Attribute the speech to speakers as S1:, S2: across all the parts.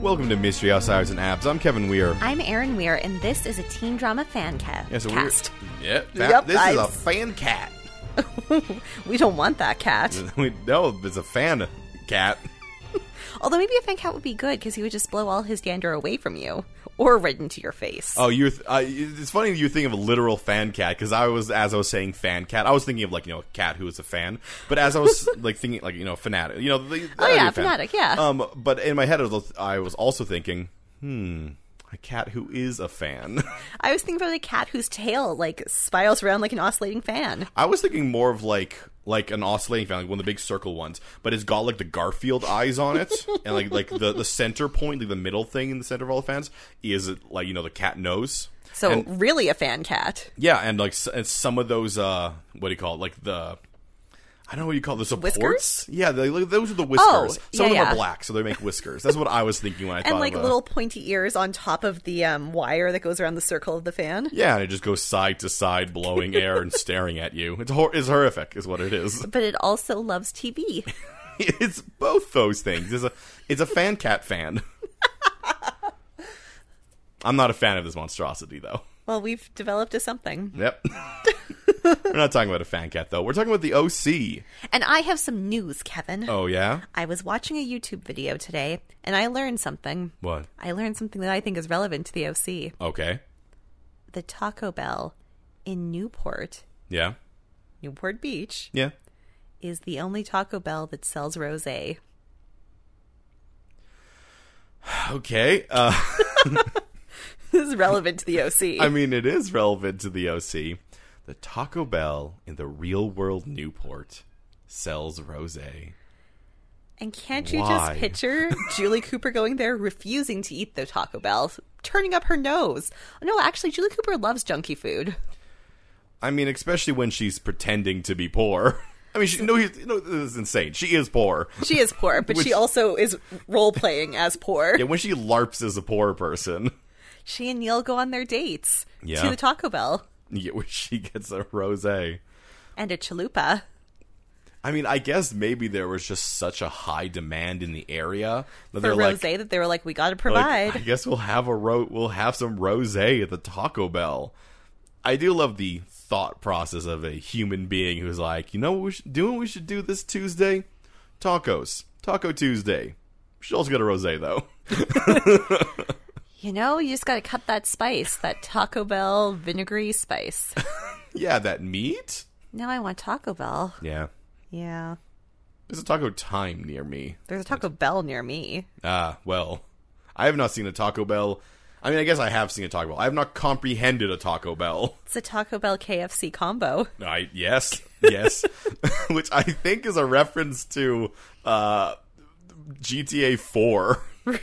S1: Welcome to Mystery Outsiders and Abs. I'm Kevin Weir.
S2: I'm Erin Weir, and this is a teen drama fan ca-
S1: Yes, a
S2: cast.
S1: Weir. Yep. fa-
S2: Yep,
S1: this is
S2: I-
S1: a fan cat.
S2: We don't want that cat.
S1: we, no, it's a fan cat.
S2: Although maybe a fan cat would be good because he would just blow all his dander away from you or right into your face.
S1: Oh, you're. Th- uh, it's funny you think of a literal fan cat because I was, as I was saying, fan cat. I was thinking of like you know a cat who is a fan, but as I was like thinking like you know fanatic, you know. The, the
S2: Oh,
S1: idea
S2: yeah,
S1: of fan.
S2: fanatic, yeah.
S1: Um, but in my head, I was, I was also thinking, hmm, a cat who is a fan.
S2: I was thinking about a cat whose tail like spirals around like an oscillating fan.
S1: I was thinking more of like like an oscillating fan, like one of the big circle ones, but it's got like the Garfield eyes on it, and like like the the center point, like the middle thing in the center of all the fans, is like you know the cat nose.
S2: So
S1: And-
S2: really a fan cat.
S1: yeah, and like s- and some of those uh what do you call it? Like the I don't know what you call the supports.
S2: Whiskers?
S1: Yeah, they, like, those are the whiskers. some
S2: yeah,
S1: of them
S2: yeah.
S1: are black, so they make whiskers. That's what I was thinking when I thought
S2: And like
S1: of, uh,
S2: little pointy ears on top of the um, wire that goes around the circle of the fan.
S1: Yeah, and it just goes side to side, blowing air and staring at you. It's hor- it's horrific, is what it is.
S2: But it also loves TV.
S1: it's both those things. It's a it's a fan cat fan. I'm not a fan of this monstrosity though.
S2: well, we've developed a something.
S1: Yep. We're not talking about a fan cat though. We're talking about the OC.
S2: And I have some news, Kevin.
S1: Oh yeah?
S2: I was watching a YouTube video today and I learned something.
S1: What?
S2: I learned something that I think is relevant to the OC.
S1: Okay.
S2: The Taco Bell in Newport,
S1: Yeah.
S2: Newport Beach,
S1: Yeah.
S2: is the only Taco Bell that sells rosé.
S1: Okay. Uh,
S2: this is relevant to the OC.
S1: I mean, it is relevant to the OC. The Taco Bell in the real world Newport sells rosé.
S2: and can't you
S1: Why?
S2: just picture Julie Cooper going there, refusing to eat the Taco Bell, turning up her nose? No, actually, Julie Cooper loves junky food.
S1: I mean, especially when she's pretending to be poor. I mean, she, no, he, no, this is insane. She is poor.
S2: She is poor, but she
S1: Which-
S2: also is role playing as poor.
S1: Yeah, when she larps as a poor person,
S2: She and Neil go on their dates
S1: Yeah.
S2: to the Taco Bell
S1: yeah, when she gets a rosé.
S2: and a chalupa.
S1: I mean, I guess maybe there was just such a high demand in the area that
S2: for
S1: they're
S2: rose
S1: like,
S2: that they were like, we got to
S1: like,
S2: provide.
S1: I guess we'll have a ro- we'll have some rosé at the Taco Bell. I do love the thought process of a human being who's like, you know what we should do? What we should do this Tuesday? Tacos, Taco Tuesday. We should also get a rosé though.
S2: you know, you just got to cut that spice, that Taco Bell vinegary spice.
S1: yeah, that meat.
S2: now I want Taco Bell.
S1: Yeah,
S2: Yeah.
S1: there's a Taco Time near me.
S2: There's a Taco Bell near me.
S1: Ah, well, I have not seen a Taco Bell. I mean, I guess I have seen a Taco Bell. I have not comprehended a Taco Bell.
S2: It's a Taco Bell KFC combo.
S1: I yes, yes, which I think is a reference to uh, GTA Four. Really?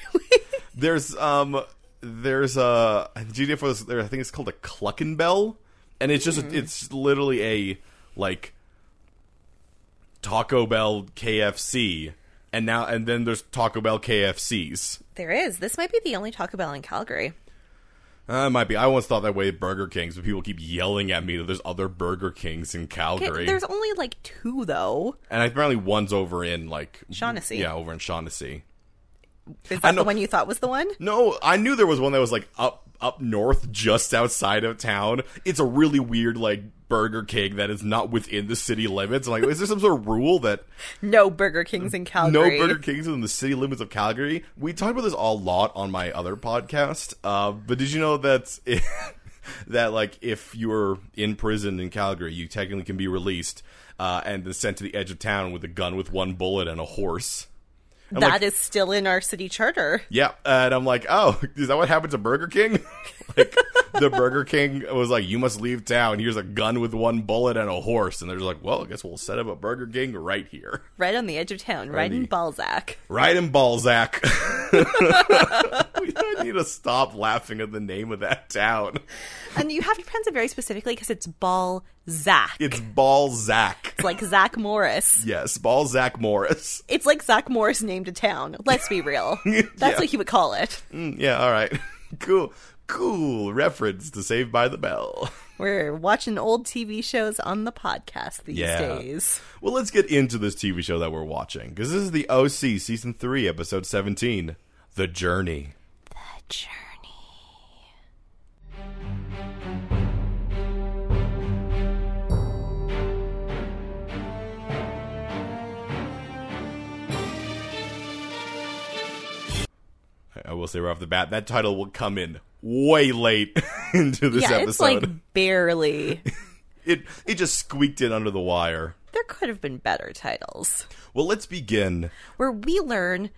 S1: There's um, there's a GTA Four. is- There, I think it's called a Cluckin Bell, and it's just it's literally a like Taco Bell KFC, and now and then there's Taco Bell KFCs.
S2: There is. This might be the only Taco Bell in Calgary.
S1: Uh, it might be. I once thought that way at Burger Kings, but people keep yelling at me that there's other Burger Kings in
S2: Okay,
S1: Calgary.
S2: There's only like two, though.
S1: And apparently one's over in like
S2: Shaughnessy.
S1: Yeah, over in Shaughnessy. I
S2: Is that
S1: know-
S2: the one you thought was the one?
S1: No, I knew there was one that was like up up north, just outside of town. It's a really weird like Burger King that is not within the city limits. I'm like, is there some sort of rule that
S2: No Burger King's in
S1: no
S2: Calgary.
S1: Burger Kings within the city limits of Calgary? We talked about this a lot on my other podcast. Uh, but did you know that that like if you're in prison in Calgary, you technically can be released uh, and then sent to the edge of town with a gun with one bullet and a horse.
S2: That is still in our city charter.
S1: Yeah, and I'm like, oh, is that what happened to Burger King? like the Burger King was like, you must leave town. Here's a gun with one bullet and a horse, and they're just like, well, I guess we'll set up a Burger King right here,
S2: Right on the edge of town, right in
S1: the-
S2: Balzac.
S1: right in Balzac. we need to stop laughing at the name of that town.
S2: And you have to pronounce it very specifically because it's Balzac.
S1: It's Balzac.
S2: It's like Zach Morris.
S1: Yes, Balzac Morris.
S2: It's like Zach Morris named a town. Let's be real. That's
S1: Yeah.
S2: what he would call it.
S1: Mm, yeah, all right, cool, cool reference to Saved by the Bell.
S2: We're watching old TV shows on the podcast these
S1: Yeah.
S2: days.
S1: Well, let's get into this TV show that we're watching because this is the OC season three, episode seventeen, The Journey.
S2: The journey.
S1: I- I will say right off the bat, that title will come in way late into this
S2: yeah,
S1: episode.
S2: it's like barely.
S1: it it just squeaked in under the wire.
S2: there could have been better titles.
S1: Well, let's begin.
S2: Where we learn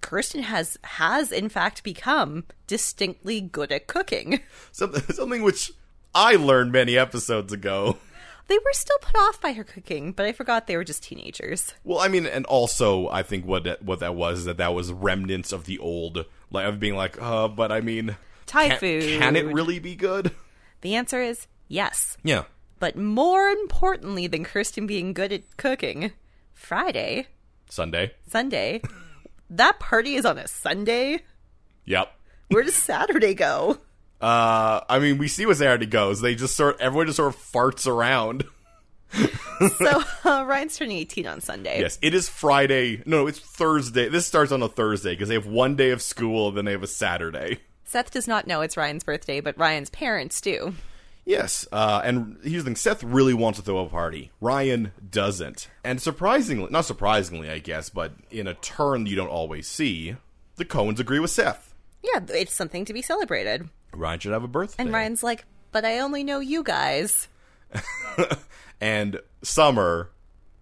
S2: Kirsten has has in fact become distinctly good at cooking.
S1: Something something which I learned many episodes ago.
S2: They were still put off by her cooking, but I forgot they were just teenagers.
S1: Well, I mean, and also I think what that, what that was is that that was remnants of the old, like of being like, uh, but I mean,
S2: Thai
S1: can,
S2: food.
S1: can it really be good?
S2: The answer is yes.
S1: Yeah.
S2: But more importantly than Kirsten being good at cooking, Friday,
S1: Sunday.
S2: Sunday, that party is on a Sunday.
S1: Yep.
S2: Where does Saturday go?
S1: Uh, I mean, we see where Saturday goes. They just sort everyone just sort of farts around.
S2: So uh, Ryan's turning 18 on Sunday.
S1: Yes, it is Friday. No, it's Thursday. This starts on a Thursday because they have one day of school, then they have a Saturday.
S2: Seth does not know it's Ryan's birthday, but Ryan's parents do.
S1: Yes, uh, and here's the thing: Seth really wants to throw a party. Ryan doesn't, and surprisingly, not surprisingly, I guess, but in a turn you don't always see, the Cohens agree with Seth.
S2: Yeah, it's something to be celebrated.
S1: Ryan should have a birthday,
S2: And Ryan's like, but I only know you guys.
S1: and Summer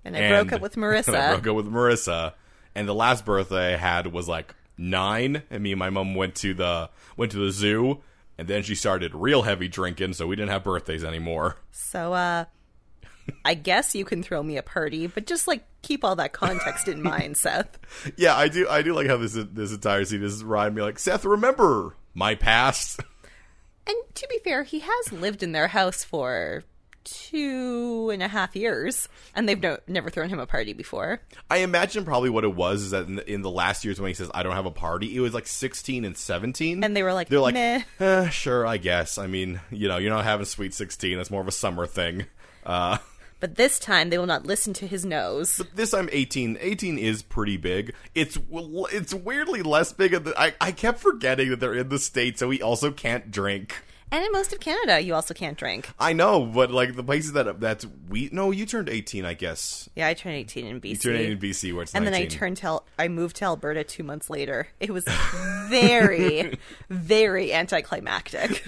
S2: And I
S1: and-
S2: broke up with
S1: and I
S2: Marissa.
S1: broke up with Marissa, and the last birthday I had was like nine, and me and my mom went to the went to the zoo, and then she started real heavy drinking, so we didn't have birthdays anymore.
S2: so, uh, I guess you can throw me a party, but just like keep all that context in mind, Seth.
S1: Yeah, I do. I do like how this this entire scene is Ryan be like, Seth, remember my past.
S2: And to be fair, he has lived in their house for two and a half years, and they've no- never thrown him a party before.
S1: I imagine probably what it was is that in the, in the last years when he says I don't have a party, it was like sixteen and seventeen,
S2: And they were like,
S1: they're like,
S2: meh.
S1: "Eh, sure, I guess. I mean, you know, you're not having sweet sixteen. That's more of a summer thing. Uh,
S2: But this time, they will not listen to his nose.
S1: this time 18 18 is pretty big it's it's weirdly less big at the, I, I kept forgetting that they're in the state so he also can't drink
S2: And in most of Canada, you also can't drink.
S1: i know but like the places that that's we no you turned 18 i guess
S2: Yeah, I turned 18 in BC.
S1: you turned 18 in bc where it's
S2: and
S1: 19.
S2: then I turned to I moved to Alberta two months later. It was very, very anticlimactic.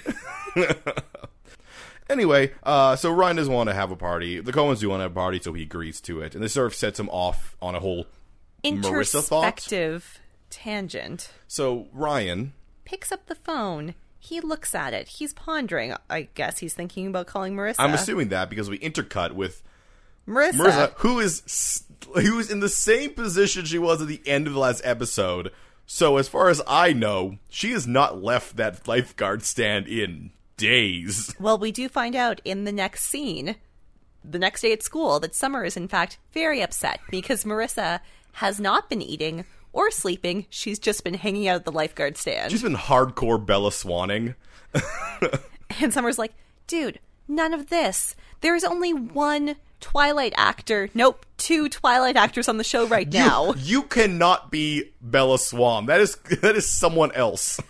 S1: Anyway, uh, so Ryan doesn't want to have a party. The Cohens do want to have a party, so he agrees to it. And this sort of sets him off on a whole. Marissa thought?
S2: Introspective tangent.
S1: So Ryan,
S2: Picks up the phone. He looks at it. He's pondering. I guess he's thinking about calling Marissa.
S1: I'm assuming that because we intercut with
S2: Marissa.
S1: Marissa, who is s- who is in the same position she was at the end of the last episode. So as far as I know, she has not left that lifeguard stand in days.
S2: Well, we do find out in the next scene, the next day at school, that Summer is in fact very upset because Marissa has not been eating or sleeping. She's just been hanging out at the lifeguard stand.
S1: She's been hardcore Bella Swanning.
S2: And Summer's like, dude, none of this. There's only one Twilight actor. Nope, two Twilight actors on the show right now.
S1: You cannot be Bella Swan. That is that is someone else.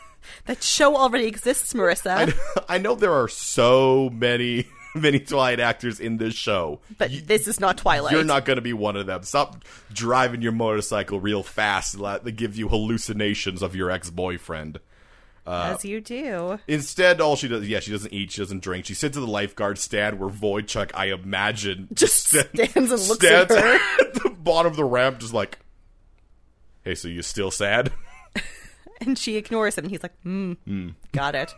S2: That show already exists, Marissa.
S1: I know there are so many many Twilight actors in this show.
S2: But this is not Twilight.
S1: You're not going to be one of them. Stop driving your motorcycle real fast. and Let they give you hallucinations of your ex boyfriend.
S2: As you
S1: uh,
S2: do.
S1: Instead, all she does, yeah, she doesn't eat, she doesn't drink. She sits at the lifeguard stand where Voychuk, I imagine,
S2: Just
S1: sta-
S2: stands and looks
S1: stands
S2: at her.
S1: at the bottom of the ramp, just like, "Hey, so you still sad?"
S2: And she ignores him. And he's like, hmm, got it.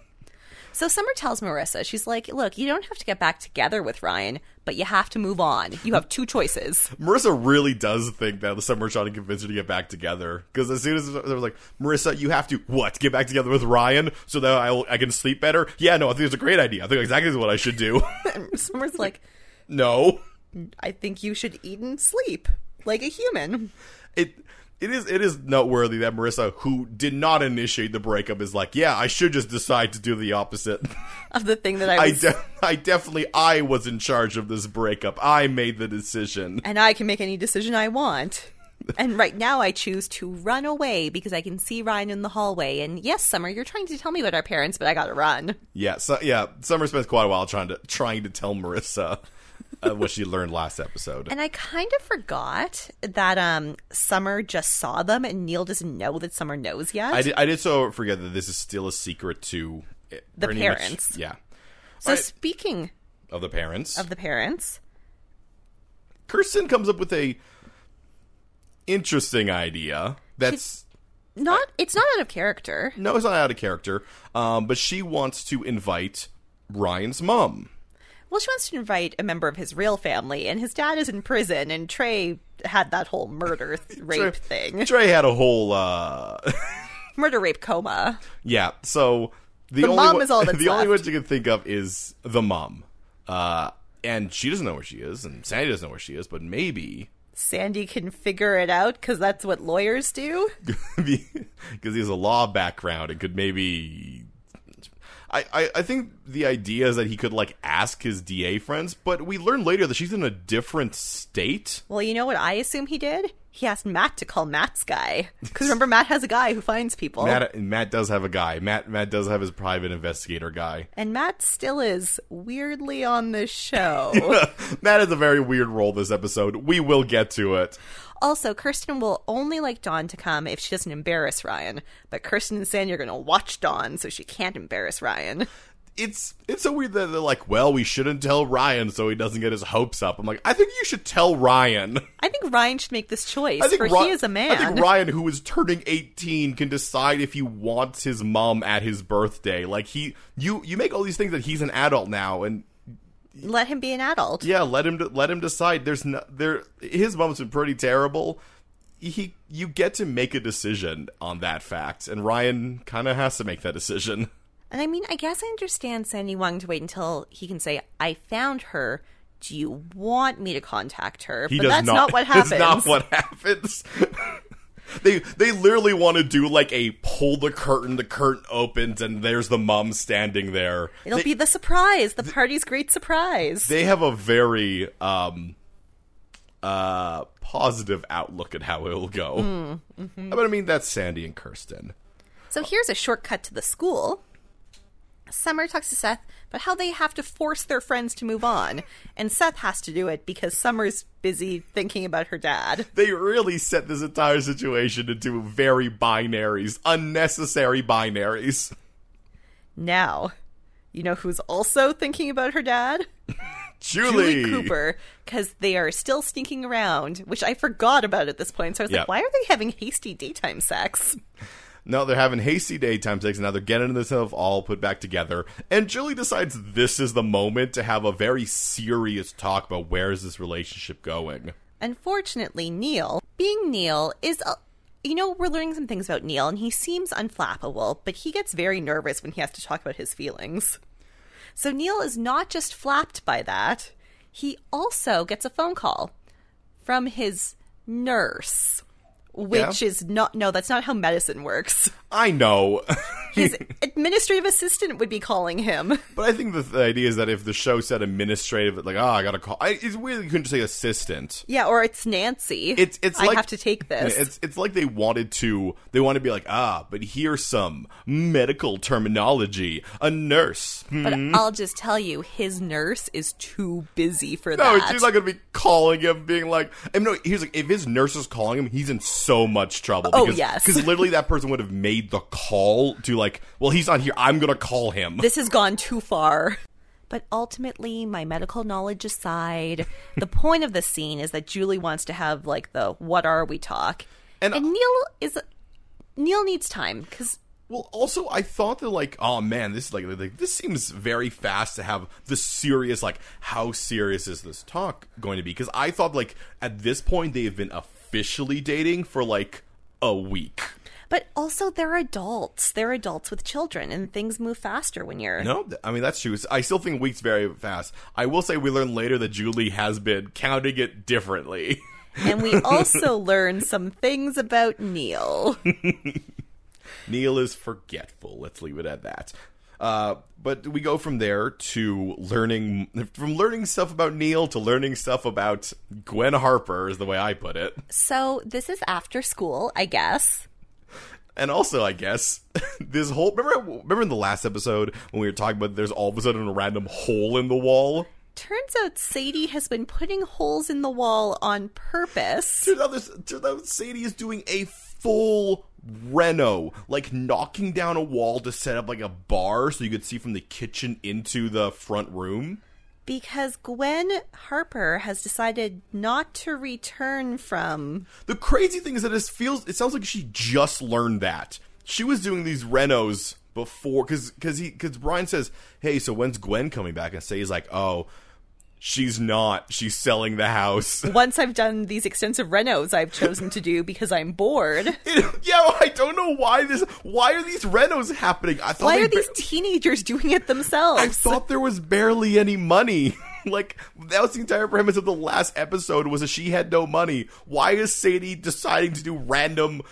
S2: So Summer tells Marissa, she's like, look, you don't have to get back together with Ryan, but you have to move on. You have two choices.
S1: Marissa really does think that the summer trying to convince her to get back together because as soon as they was like, "Marissa, you have to what get back together with Ryan so that I will- I can sleep better?" Yeah, no, I think it's a great idea. I think exactly what I should do.
S2: And Summer's like,
S1: no,
S2: I think you should eat and sleep like a human.
S1: it it is it is noteworthy that Marissa, who did not initiate the breakup, is like, "Yeah, I should just decide to do the opposite."
S2: Of the thing that I
S1: I
S2: was
S1: de- I definitely I was in charge of this breakup. I made the decision.
S2: and I can make any decision I want. And right now I choose to run away because I can see Ryan in the hallway. And yes, Summer, you're trying to tell me about our parents, but I gotta run.
S1: Yeah, so, yeah. Summer spends quite a while trying to trying to tell Marissa uh, what she learned last episode.
S2: And I kind of forgot that um Summer just saw them and Neil doesn't know that Summer knows yet.
S1: I did, I did so forget that this is still a secret to eh,
S2: The
S1: pretty much-
S2: parents.
S1: yeah,
S2: so
S1: I-
S2: speaking
S1: of the parents.
S2: of the parents,
S1: Kirsten comes up with a interesting idea. That's
S2: not it's not out of character.
S1: no, it's not out of character. Um, but she wants to invite Ryan's mom.
S2: Well, she wants to invite a member of his real family, and his dad is in prison, and Trey had that whole murder th- rape thing,
S1: Trey had a whole uh,
S2: murder rape coma.
S1: yeah. So the,
S2: The
S1: only
S2: mom
S1: one,
S2: is all that's
S1: the only
S2: left.
S1: one she can think of is the mom. Uh, and she doesn't know where she is, and Sandy doesn't know where she is. But maybe
S2: Sandy can figure it out because that's what lawyers do.
S1: because he has a law background and could maybe. I, I, I think the idea is that he could like ask his DA friends, but we learn later that she's in a different state.
S2: Well, you know what I assume he did? He asked Matt to call Matt's guy because remember Matt has a guy who finds people,
S1: Matt Matt does have a guy. Matt Matt does have his private investigator guy.
S2: and Matt still is weirdly on this show.
S1: Matt has a very weird role this episode. We will get to it.
S2: also, Kirsten will only like Dawn to come if she doesn't embarrass Ryan, but Kirsten and Sandy are going to watch Dawn, so she can't embarrass Ryan.
S1: It's it's so weird that they're like, well, we shouldn't tell Ryan so he doesn't get his hopes up. I'm like, I think you should tell Ryan.
S2: I think Ryan should make this choice,
S1: I think
S2: for
S1: Ry-
S2: he is a man.
S1: I think Ryan, who is turning eighteen, can decide if he wants his mom at his birthday. Like he, you, you make all these things that he's an adult now, and
S2: Let him be an adult.
S1: yeah, let him, let him decide. There's no, there, his mom's been pretty terrible. He, you get to make a decision on that fact, and Ryan kind of has to make that decision.
S2: And I mean, I guess I understand Sandy wanting to wait until he can say, I found her. Do you want me to contact her?
S1: He
S2: but
S1: does
S2: that's not, what happens.
S1: That's not what happens. they they literally want to do like a pull the curtain, the curtain opens, and there's the mom standing there.
S2: It'll be the surprise, the party's great surprise.
S1: They have a very um uh positive outlook at how it'll go.
S2: Hmm,
S1: Mm-hmm.
S2: mm-hmm.
S1: But I mean that's Sandy and Kirsten.
S2: so here's a shortcut to the school. Summer talks to Seth about how they have to force their friends to move on, and Seth has to do it because Summer's busy thinking about her dad.
S1: They really set this entire situation into very binaries, unnecessary binaries.
S2: Now, you know who's also thinking about her dad?
S1: Julie,
S2: Julie Cooper because they are still sneaking around, which I forgot about at this point. So I was
S1: Yeah.
S2: like, why are they having hasty daytime sex?
S1: No, they're having hasty daytime sex. and Now they're getting themselves all put back together. And Julie decides this is the moment to have a very serious talk about where is this relationship going.
S2: Unfortunately, Neil, being Neil, is. A- you know, we're learning some things about Neil, and he seems unflappable, but he gets very nervous when he has to talk about his feelings. So Neil is not just flapped by that, he also gets a phone call from his nurse, which is not. No, that's not how medicine works.
S1: I know,
S2: His administrative assistant would be calling him.
S1: but I think the, the idea is that if the show said administrative, like, oh, I gotta call. I, it's weird you couldn't just say assistant.
S2: Yeah, or it's Nancy.
S1: It's it's
S2: I
S1: like
S2: have to take this.
S1: It's it's like they wanted to they want to be like ah, but here's some medical terminology. A nurse. Hmm.
S2: but I'll just tell you, his nurse is too busy for
S1: No,
S2: that.
S1: she's not going to be calling him, being like, I mean, no, here's like, if his nurse is calling him, he's in so much trouble.
S2: Oh,
S1: because,
S2: yes.
S1: Because literally that person would have made the call to, like, well, he's not here. I'm going to call him.
S2: this has gone too far. But ultimately, my medical knowledge aside, the point of this scene is that Julie wants to have like the "what are we" talk,
S1: And-
S2: and, Neil is Neil needs time because
S1: well, also, I thought that, like, oh, man, this is like, like, this seems very fast to have the serious, like, how serious is this talk going to be? Because I thought, like, at this point, they have been officially dating for, like, a week.
S2: but also they're adults. They're adults with children, and things move faster when you're
S1: No, th- I mean that's true. I still think weeks very fast. I will say we learn later that Julie has been counting it differently.
S2: and we also learn some things about Neil.
S1: Neil is forgetful. Let's leave it at that. Uh, but we go from there to learning from learning stuff about Neil to learning stuff about Gwen Harper is the way I put it.
S2: So this is after school, I guess.
S1: And also, I guess this whole remember remember in the last episode when we were talking about there's all of a sudden a random hole in the wall.
S2: Turns out Sadie has been putting holes in the wall on purpose.
S1: Turns out, this, turns out Sadie is doing a full reno, like knocking down a wall to set up like a bar so you could see from the kitchen into the front room.
S2: because Gwen Harper has decided not to return from.
S1: The crazy thing is that it feels it sounds like she just learned that. She was doing these renos before cuz cuz he cuz Brian says, "Hey, so when's Gwen coming back?" and Sadie's like, "Oh, she's not. She's selling the house."
S2: Once I've done these extensive renos I've chosen to do because I'm bored.
S1: yeah, I don't know why this why are these renos happening? I thought
S2: Why
S1: they
S2: are
S1: ba-
S2: these teenagers doing it
S1: I
S2: themselves?
S1: thought there was barely any money. like that was the entire premise of the last episode was that she had no money. Why is Sadie deciding to do random?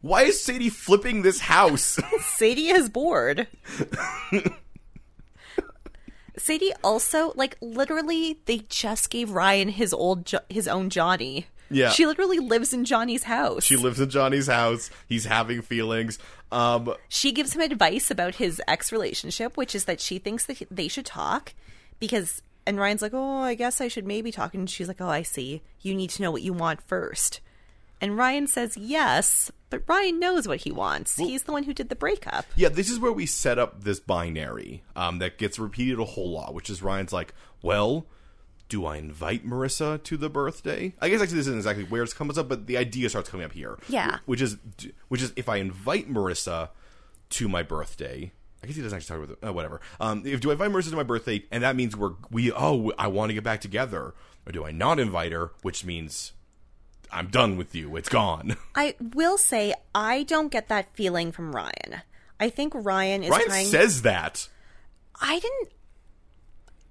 S1: Why is Sadie flipping this house?
S2: Sadie is bored. Sadie also like literally they just gave Ryan his old jo- his own Johnny.
S1: Yeah.
S2: She literally lives in Johnny's house.
S1: she lives in Johnny's house. He's having feelings. Um,
S2: she gives him advice about his ex relationship, which is that she thinks that he- they should talk because, and Ryan's like, oh, I guess I should maybe talk. And she's like, oh, I see. You need to know what you want first. And Ryan says yes, but Ryan knows what he wants. He's the one who did the breakup.
S1: yeah, this is where we set up this binary um, that gets repeated a whole lot, which is Ryan's like, well. Do I invite Marissa to the birthday? I guess actually this isn't exactly where it comes up, but the idea starts coming up here.
S2: Yeah.
S1: which is which is if I invite Marissa to my birthday. I guess he doesn't actually talk about it. Oh, whatever. Um, if do I invite Marissa to my birthday, and that means we're we oh I want to get back together, or do I not invite her, which means I'm done with you. It's gone.
S2: I will say, I don't get that feeling from Ryan. I think Ryan is
S1: Ryan
S2: trying.
S1: says that.
S2: I didn't.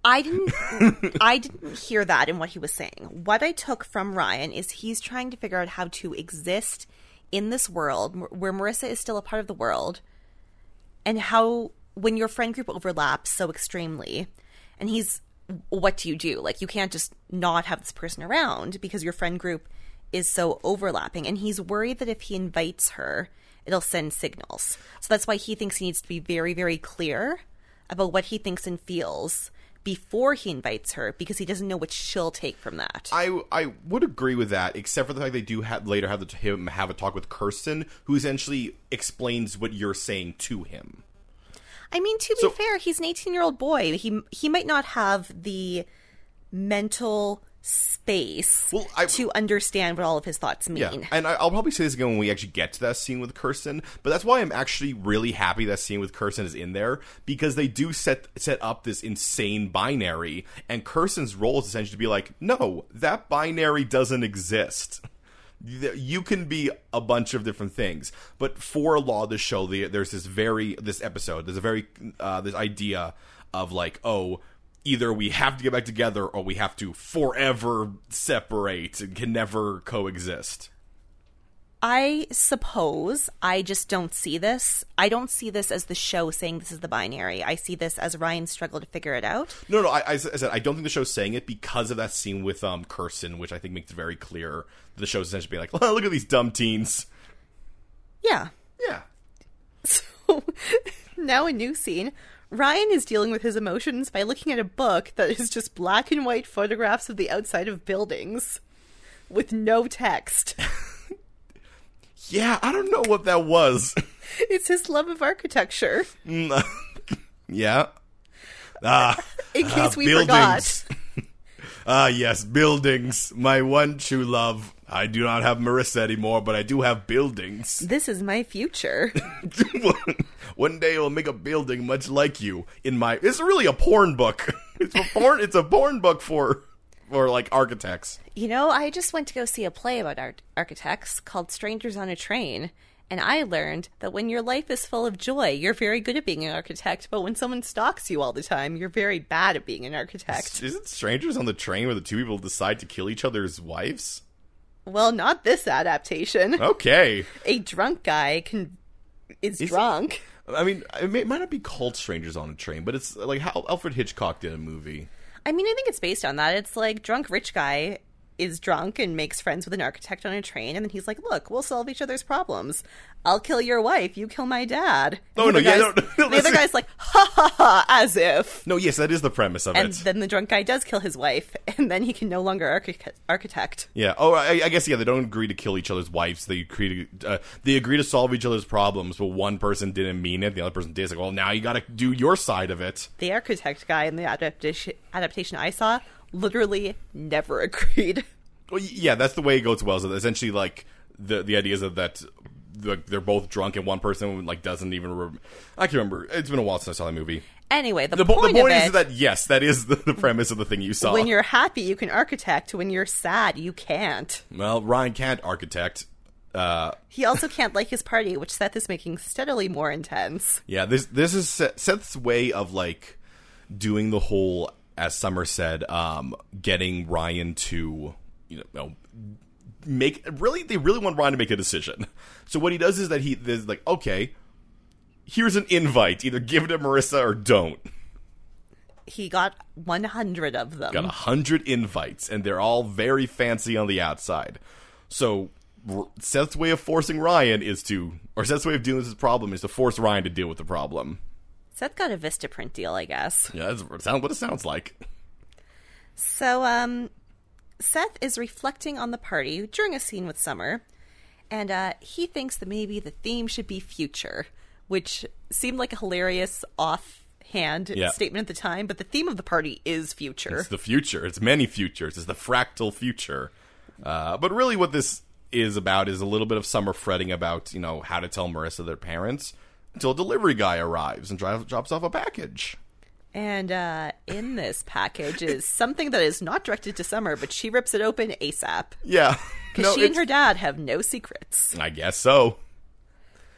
S2: I didn't I didn't hear that in what he was saying. What I took from Ryan is he's trying to figure out how to exist in this world wh- where Marissa is still a part of the world and how when your friend group overlaps so extremely and he's what do you do? Like you can't just not have this person around because your friend group is so overlapping and he's worried that if he invites her it'll send signals. So that's why he thinks he needs to be very very clear about what he thinks and feels before he invites her because he doesn't know what she'll take from that.
S1: I I would agree with that, except for the fact they do have, later have the, him have a talk with Kirsten, who essentially explains what you're saying to him.
S2: I mean, to be fair, he's an 18 year old boy. He he might not have the mental space
S1: Well, I-
S2: to understand what all of his thoughts mean.
S1: Yeah, and I, I'll probably say this again when we actually get to that scene with Kirsten. But that's why I'm actually really happy that scene with Kirsten is in there because they do set set up this insane binary, and Kirsten's role is essentially to be like, no, that binary doesn't exist. Th- You can be a bunch of different things, but for a law, this show, the, there's this very this episode, there's a very uh, this idea of like, oh, either we have to get back together or we have to forever separate and can never coexist.
S2: I suppose I just don't see this. I don't see this as the show saying this is the binary. I see this as Ryan's struggle to figure it out.
S1: No, no, I, I s- I said I don't think the show's saying it because of that scene with um Kirsten, which I think makes it very clear that the show's essentially being like, "Look at these dumb teens."
S2: Yeah.
S1: Yeah,
S2: So now a new scene. Ryan is dealing with his emotions by looking at a book that is just black and white photographs of the outside of buildings with no text.
S1: yeah. I don't know what that was.
S2: It's his love of architecture.
S1: yeah. Ah,
S2: In
S1: ah,
S2: case we
S1: buildings.
S2: forgot,
S1: ah, yes, buildings. My one true love. I do not have Marissa anymore, but I do have buildings.
S2: this is my future.
S1: one day I'll make a building much like you in my. It's really a porn book. It's a porn. it's a porn book for, for like architects.
S2: you know, I just went to go see a play about art- architects called Strangers on a Train, and I learned that when your life is full of joy, you're very good at being an architect, but when someone stalks you all the time, you're very bad at being an architect.
S1: Isn't Strangers on the Train where the two people decide to kill each other's wives?
S2: Well, not this adaptation.
S1: Okay.
S2: A drunk guy can is drunk.
S1: I mean, it, may, it might not be called Strangers on a Train, but it's like how Alfred Hitchcock did a movie.
S2: I mean, I think it's based on that. It's like drunk rich guy is drunk and makes friends with an architect on a train, and then he's like, "Look, we'll solve each other's problems. I'll kill your wife, you kill my dad." And
S1: Oh,
S2: the
S1: no, yeah,
S2: other
S1: no,
S2: guy's-
S1: no,
S2: the other
S1: listen.
S2: guy's like, "Ha ha ha," as if.
S1: No, yes, that is the premise of
S2: And
S1: it.
S2: then the drunk guy does kill his wife, and then he can no longer architect. architect.
S1: yeah. Oh, I, I guess yeah. They don't agree to kill each other's wives. They agree to uh, they agree to solve each other's problems, but one person didn't mean it. The other person did. It's like, well, now you got to do your side of it.
S2: The architect guy in the adaptation adaptation I saw literally never agreed.
S1: Well, y- yeah, that's the way it goes well. So essentially, like the the idea is that, that like, they're both drunk and one person like doesn't even. Rem- I can remember. It's been a while since I saw the movie.
S2: Anyway, the,
S1: The, po-
S2: point,
S1: the point
S2: of it,
S1: is that yes, that is the, the premise of the thing you saw.
S2: when you're happy, you can architect. When you're sad, you can't.
S1: well, Ryan can't architect. Uh,
S2: He also can't like his party, which Seth is making steadily more intense.
S1: yeah, this this is Seth- Seth's way of like doing the whole, as Summer said, um, getting Ryan to you know make really they really want Ryan to make a decision. So what he does is that he is like, okay, here's an invite, either give it to Marissa or don't.
S2: He got 100 of them.
S1: Got a hundred invites, and they're all very fancy on the outside. So R- Seth's way of forcing Ryan is to, or Seth's way of dealing with this problem is to force Ryan to deal with the problem.
S2: Seth got a Vista print deal, I guess.
S1: Yeah, that's what it sound- what it sounds like.
S2: So, um, Seth is reflecting on the party during a scene with Summer, and uh, he thinks that maybe the theme should be future, which seemed like a hilarious offhand
S1: Yeah.
S2: statement at the time, but the theme of the party is future.
S1: It's the future. It's many futures. It's the fractal future. Uh, but really, what this is about is a little bit of summer fretting about you know how to tell Marissa their parents until a delivery guy arrives and drive, drops off a package.
S2: And uh, in this package is something that is not directed to Summer, but she rips it open ASAP.
S1: Yeah,
S2: Because she and
S1: it's-
S2: her dad have no secrets.
S1: I guess so.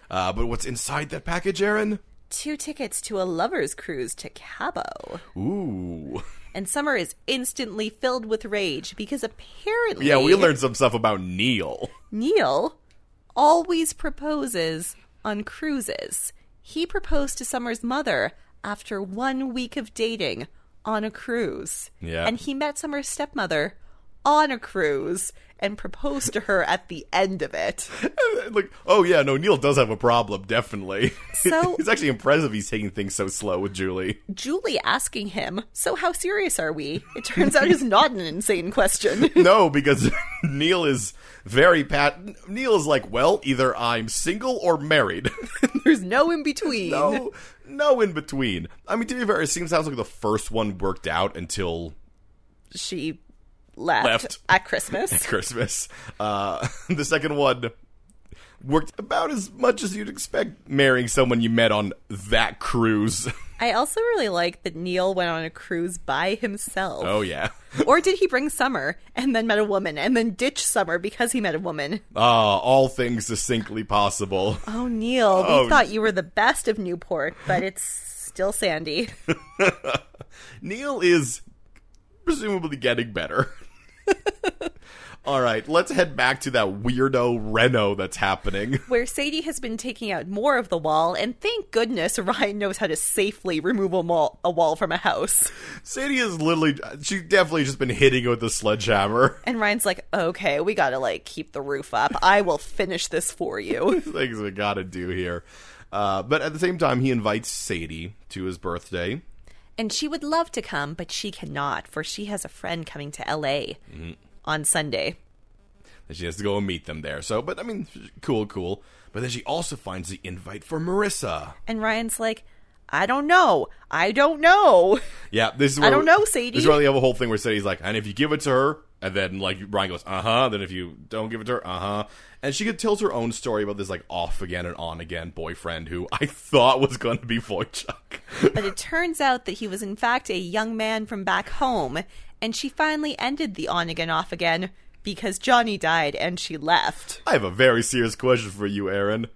S1: Uh, but what's inside that package, Aaron?
S2: Two tickets to a lover's cruise to Cabo.
S1: Ooh,
S2: And Summer is instantly filled with rage because apparently
S1: yeah, we learned some stuff about Neil.
S2: Neil always proposes on cruises. He proposed to Summer's mother after one week of dating on a cruise.
S1: Yeah.
S2: And he met Summer's stepmother on a cruise and proposed to her at the end of it.
S1: like, oh yeah, no, Neil does have a problem, definitely.
S2: So-
S1: it's actually impressive he's taking things so slow with Julie.
S2: Julie asking him, So, how serious are we? It turns out is not an insane question.
S1: No, because Neil is very pat. Neil is like, well, either I'm single or married.
S2: There's no in between.
S1: no, no in between. I mean, to be fair, it seems sounds like the first one worked out until
S2: She left,
S1: Left.
S2: at Christmas.
S1: Christmas. Uh, the second one worked about as much as you'd expect marrying someone you met on that cruise.
S2: I also really like that Neil went on a cruise by himself.
S1: oh yeah.
S2: Or did he bring Summer and then met a woman and then ditch Summer because he met a woman?
S1: Ah, all things succinctly possible.
S2: Oh, Neil, we
S1: Oh.
S2: thought you were the best of Newport, but it's still Sandy.
S1: Neil is presumably getting better. All right, let's head back to that weirdo Reno that's happening.
S2: Where Sadie has been taking out more of the wall, and thank goodness Ryan knows how to safely remove a wall, a wall from a house.
S1: Sadie is literally, she's definitely just been hitting it with a sledgehammer.
S2: And Ryan's like, okay, we gotta like keep the roof up. I will finish this for you.
S1: Things we gotta do here. Uh, but at the same time, he invites Sadie to his birthday.
S2: And she would love to come, but she cannot, for she has a friend coming to LA on Sunday.
S1: And she has to go and meet them there. So, but I mean, cool, cool. But then she also finds the invite for Marissa.
S2: And Ryan's like, I don't know. I don't know.
S1: Yeah, this is where
S2: don't know, Sadie.
S1: This is where they have a whole thing where Sadie's like, and if you give it to her, and then like Brian goes, uh huh. Then if you don't give it to her, uh huh. And she tells her own story about this like off again and on again boyfriend who I thought was going to be Voychuk.
S2: But it turns out that he was, in fact, a young man from back home. And she finally ended the on again, off again because Johnny died and she left.
S1: I have a very serious question for you, Aaron.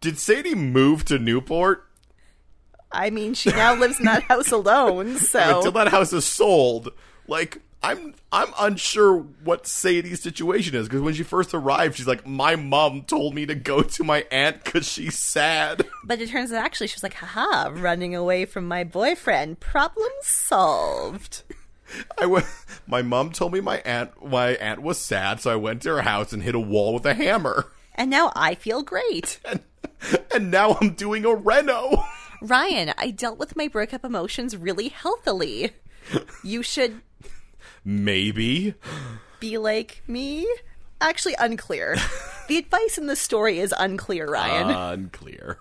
S1: Did Sadie move to Newport?
S2: I mean, she now lives in that house alone, so.
S1: Until that house is sold, like I'm I'm unsure what Sadie's situation is because when she first arrived, she's like, "My mom told me to go to my aunt because she's sad."
S2: But it turns out actually she was like, haha, running away from my boyfriend. Problem solved.
S1: I went, My mom told me my aunt my aunt was sad, so I went to her house and hit a wall with a hammer,
S2: And now I feel great.
S1: and now I'm doing a reno.
S2: Ryan, I dealt with my breakup emotions really healthily. You should
S1: Maybe
S2: be like me? Actually, unclear. the advice in the story is unclear, Ryan.
S1: Uh. unclear.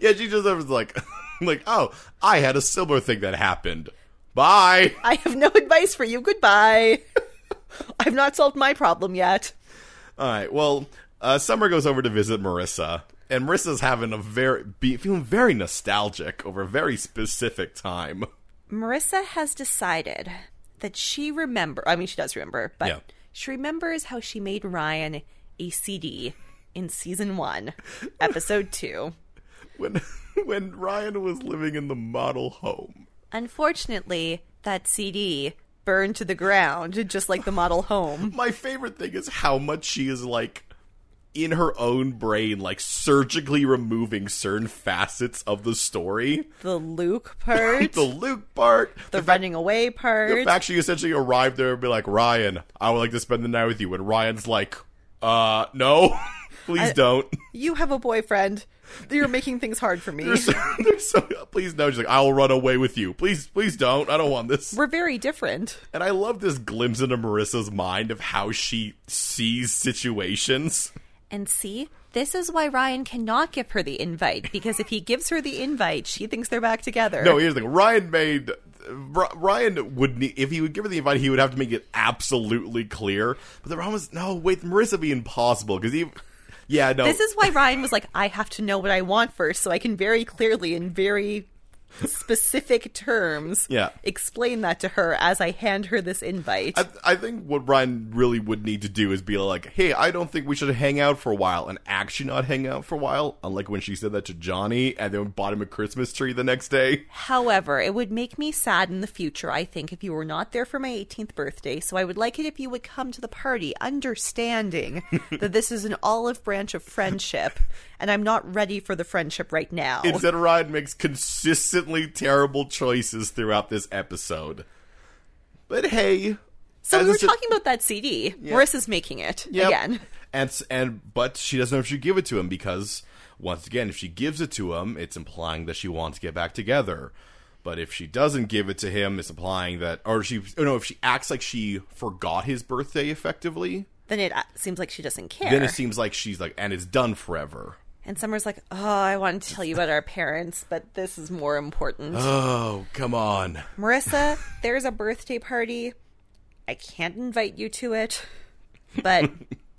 S1: Yeah, she just was like, like, oh, I had a similar thing that happened. Bye.
S2: I have no advice for you. Goodbye. I've not solved my problem yet.
S1: All right. Well, uh, Summer goes over to visit Marissa, and Marissa's having a very be, feeling very nostalgic over a very specific time.
S2: Marissa has decided that she remember I mean she does remember, but
S1: Yeah.
S2: she remembers how she made Ryan a CD in season 1, episode 2.
S1: When when Ryan was living in the model home.
S2: Unfortunately, that CD burned to the ground just like the model home.
S1: My favorite thing is how much she is like in her own brain, like surgically removing certain facets of the story.
S2: The Luke part,
S1: The
S2: the,
S1: Luke part,
S2: running away part.
S1: The fact she essentially arrived there and be like, Ryan, I would like to spend the night with you. And Ryan's like, uh, no, please don't.
S2: you have a boyfriend. You're making things hard for me.
S1: There's so, there's so, please no. She's like, I will run away with you. Please, please don't. I don't want this.
S2: We're very different.
S1: And I love this glimpse into Marissa's mind of how she sees situations.
S2: And see, this is why Ryan cannot give her the invite because if he gives her the invite, she thinks they're back together.
S1: No, here's the thing. Ryan made. R- Ryan would need if he would give her the invite, he would have to make it absolutely clear. But the problem is, no, wait, Marissa would be impossible because he. Yeah, no.
S2: This is why Ryan was like, I have to know what I want first so I can very clearly in very specific terms
S1: Yeah.
S2: explain that to her as I hand her this invite.
S1: I, I think what Ryan really would need to do is be like, "Hey, I don't think we should hang out for a while," and actually not hang out for a while. Unlike when she said that to Johnny, and then bought him a Christmas tree the next day.
S2: However, it would make me sad in the future, I think, if you were not there for my 18th birthday. So I would like it if you would come to the party, understanding that this is an olive branch of friendship, and I'm not ready for the friendship right now.
S1: Instead, Ryan makes consistently terrible choices throughout this episode. But hey,
S2: so
S1: as
S2: we were
S1: I said-
S2: talking about that CD. Marissa's making it
S1: Yep.
S2: again.
S1: And s- and but she doesn't know if she give it to him because once again, if she gives it to him, it's implying that she wants to get back together. But if she doesn't give it to him, it's implying that, or she, oh no, if she acts like she forgot his birthday effectively,
S2: Then it uh, seems like she doesn't care.
S1: then it seems like she's like, and it's done forever.
S2: and Summer's like, oh, I want to tell you about our parents, but this is more important.
S1: Oh, come on.
S2: Marissa, there's a birthday party. I can't invite you to it, but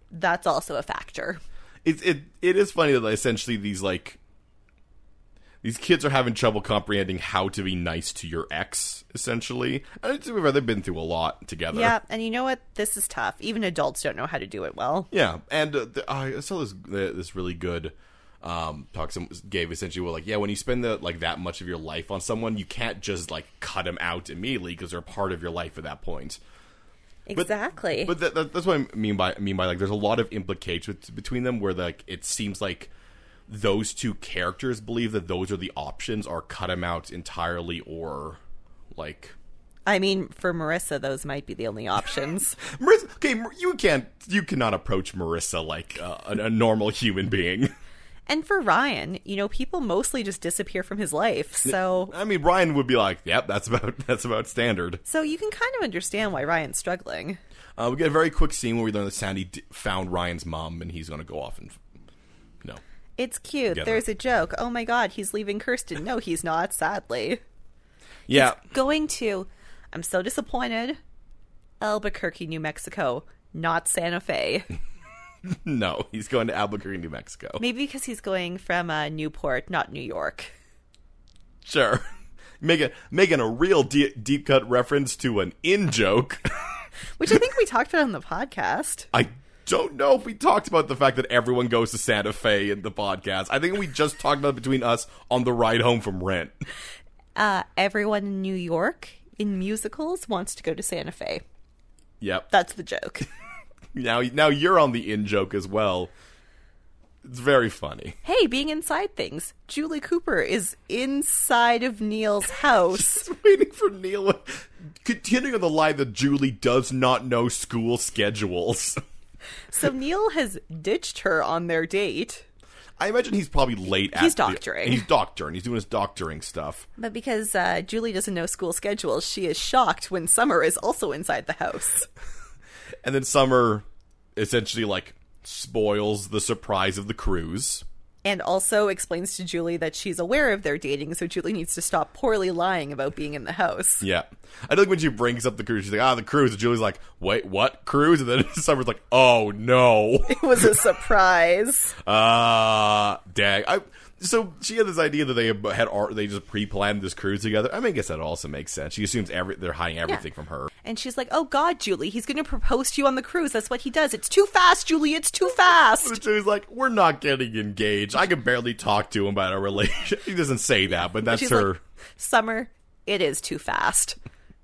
S2: that's also a factor.
S1: It's it it is funny that essentially these like these kids are having trouble comprehending how to be nice to your ex. Essentially, and to be fair, they've been through a lot together.
S2: Yeah, and you know what? This is tough. Even adults don't know how to do it well.
S1: Yeah, and uh, the, I saw this this really good um, talk some gave essentially well like yeah when you spend the, like that much of your life on someone you can't just like cut them out immediately because they're part of your life at that point.
S2: Exactly.
S1: But that, that, that's what I mean by mean by like there's a lot of implications between them where like it seems like those two characters believe that those are the options are cut them out entirely or like
S2: I mean, for Marissa, those might be the only options.
S1: Marissa, okay Mar- you can't you cannot approach Marissa like uh, a, a normal human being.
S2: and for Ryan, you know, people mostly just disappear from his life. So
S1: I mean, Ryan would be like, "Yep, that's about that's about standard."
S2: so you can kind of understand why Ryan's struggling.
S1: Uh, we get a very quick scene where we learn that Sandy d- found Ryan's mom, and he's going to go off and, you know,
S2: It's cute.
S1: Together.
S2: There's a joke. Oh my god, he's leaving Kirsten. No, he's not, sadly.
S1: yeah,
S2: Going to I'm so disappointed. Albuquerque, New Mexico, not Santa Fe.
S1: no, he's going to Albuquerque, New Mexico.
S2: Maybe because he's going from uh, Newport, not New York.
S1: Sure, making making a real de- deep cut reference to an in joke.
S2: Which I think we talked about on the podcast.
S1: I don't know if we talked about the fact that everyone goes to Santa Fe in the podcast. I think we just talked about it between us on the ride home from Rent.
S2: uh, everyone in New York in musicals wants to go to Santa Fe.
S1: Yep.
S2: That's the joke.
S1: now now you're on the in joke as well. It's very funny.
S2: hey, being inside things. Julie Cooper is inside of Neil's house.
S1: Just waiting for Neil. Continuing on the lie that Julie does not know school schedules.
S2: so Neil has ditched her on their date.
S1: I imagine he's probably late.
S2: He's
S1: at the-
S2: doctoring.
S1: he's doctoring. He's doing his doctoring stuff.
S2: But because uh, Julie doesn't know school schedules, she is shocked when Summer is also inside the house.
S1: And then Summer essentially like spoils the surprise of the cruise.
S2: And also explains to Julie that she's aware of their dating, so Julie needs to stop poorly lying about being in the house.
S1: Yeah. I think when she brings up the cruise, she's like, ah, the cruise. And Julie's like, wait, what? Cruise? And then Summer's like, oh, no.
S2: It was a surprise.
S1: Ah, dang. I, so she had this idea that they had ar- they just pre-planned this cruise together. I mean, I guess that also makes sense. She assumes every they're hiding everything from her.
S2: And she's like, Oh God, Julie, he's going to propose to you on the cruise. That's what he does. It's too fast, Julie. It's too fast.
S1: So he's like, "We're not getting engaged. I can barely talk to him about our relationship." He doesn't say that, but that's
S2: She's
S1: her.
S2: like, Summer, it is too fast.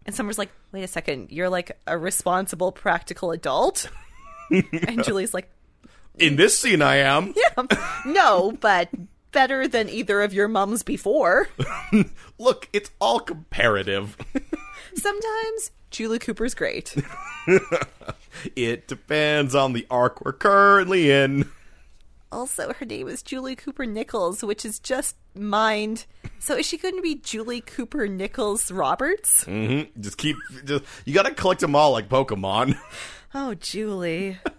S2: And Summer's like, Wait a second. You're like a responsible, practical adult. and Julie's like,
S1: In this scene, I am.
S2: Yeah. No, but better than either of your mums before.
S1: Look, it's all comparative.
S2: Sometimes Julie Cooper's great.
S1: it depends on the arc we're currently in.
S2: Also, her name is Julie Cooper Nichols, which is just mind. So is she going to be Julie Cooper Nichols Roberts?
S1: Just keep, just you gotta collect them all like Pokemon.
S2: Oh, Julie.
S1: Oh,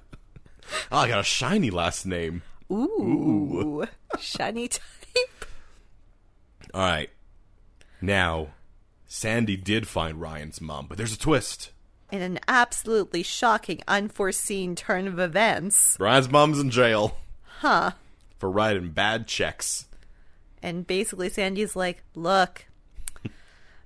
S1: I got a shiny last name.
S2: Ooh. Shiny type.
S1: All right. Now, Sandy did find Ryan's mom, but there's a twist.
S2: In an absolutely shocking, unforeseen turn of events.
S1: Ryan's mom's in jail. Huh. For writing bad checks.
S2: And basically, Sandy's like, look,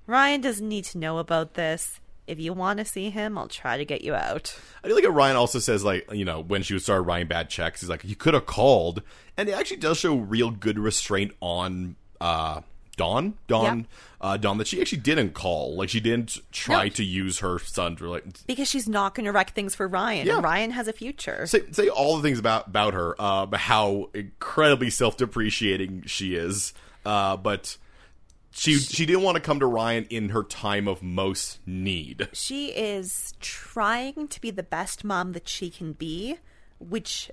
S2: Ryan doesn't need to know about this. If you want to see him, I'll try to get you out.
S1: I do like how Ryan also says, like, you know, when she was started writing bad checks, he's like, you could have called. And it actually does show real good restraint on uh, Dawn. Dawn, uh, Dawn, that she actually didn't call. Like, she didn't try
S2: No.
S1: to use her son to, like,
S2: Because she's not going to wreck things for Ryan.
S1: Yeah.
S2: Ryan has a future.
S1: say, say all the things about about her, um, how incredibly self depreciating she is. Uh, but she she didn't want to come to Ryan in her time of most need.
S2: she is trying to be the best mom that she can be, which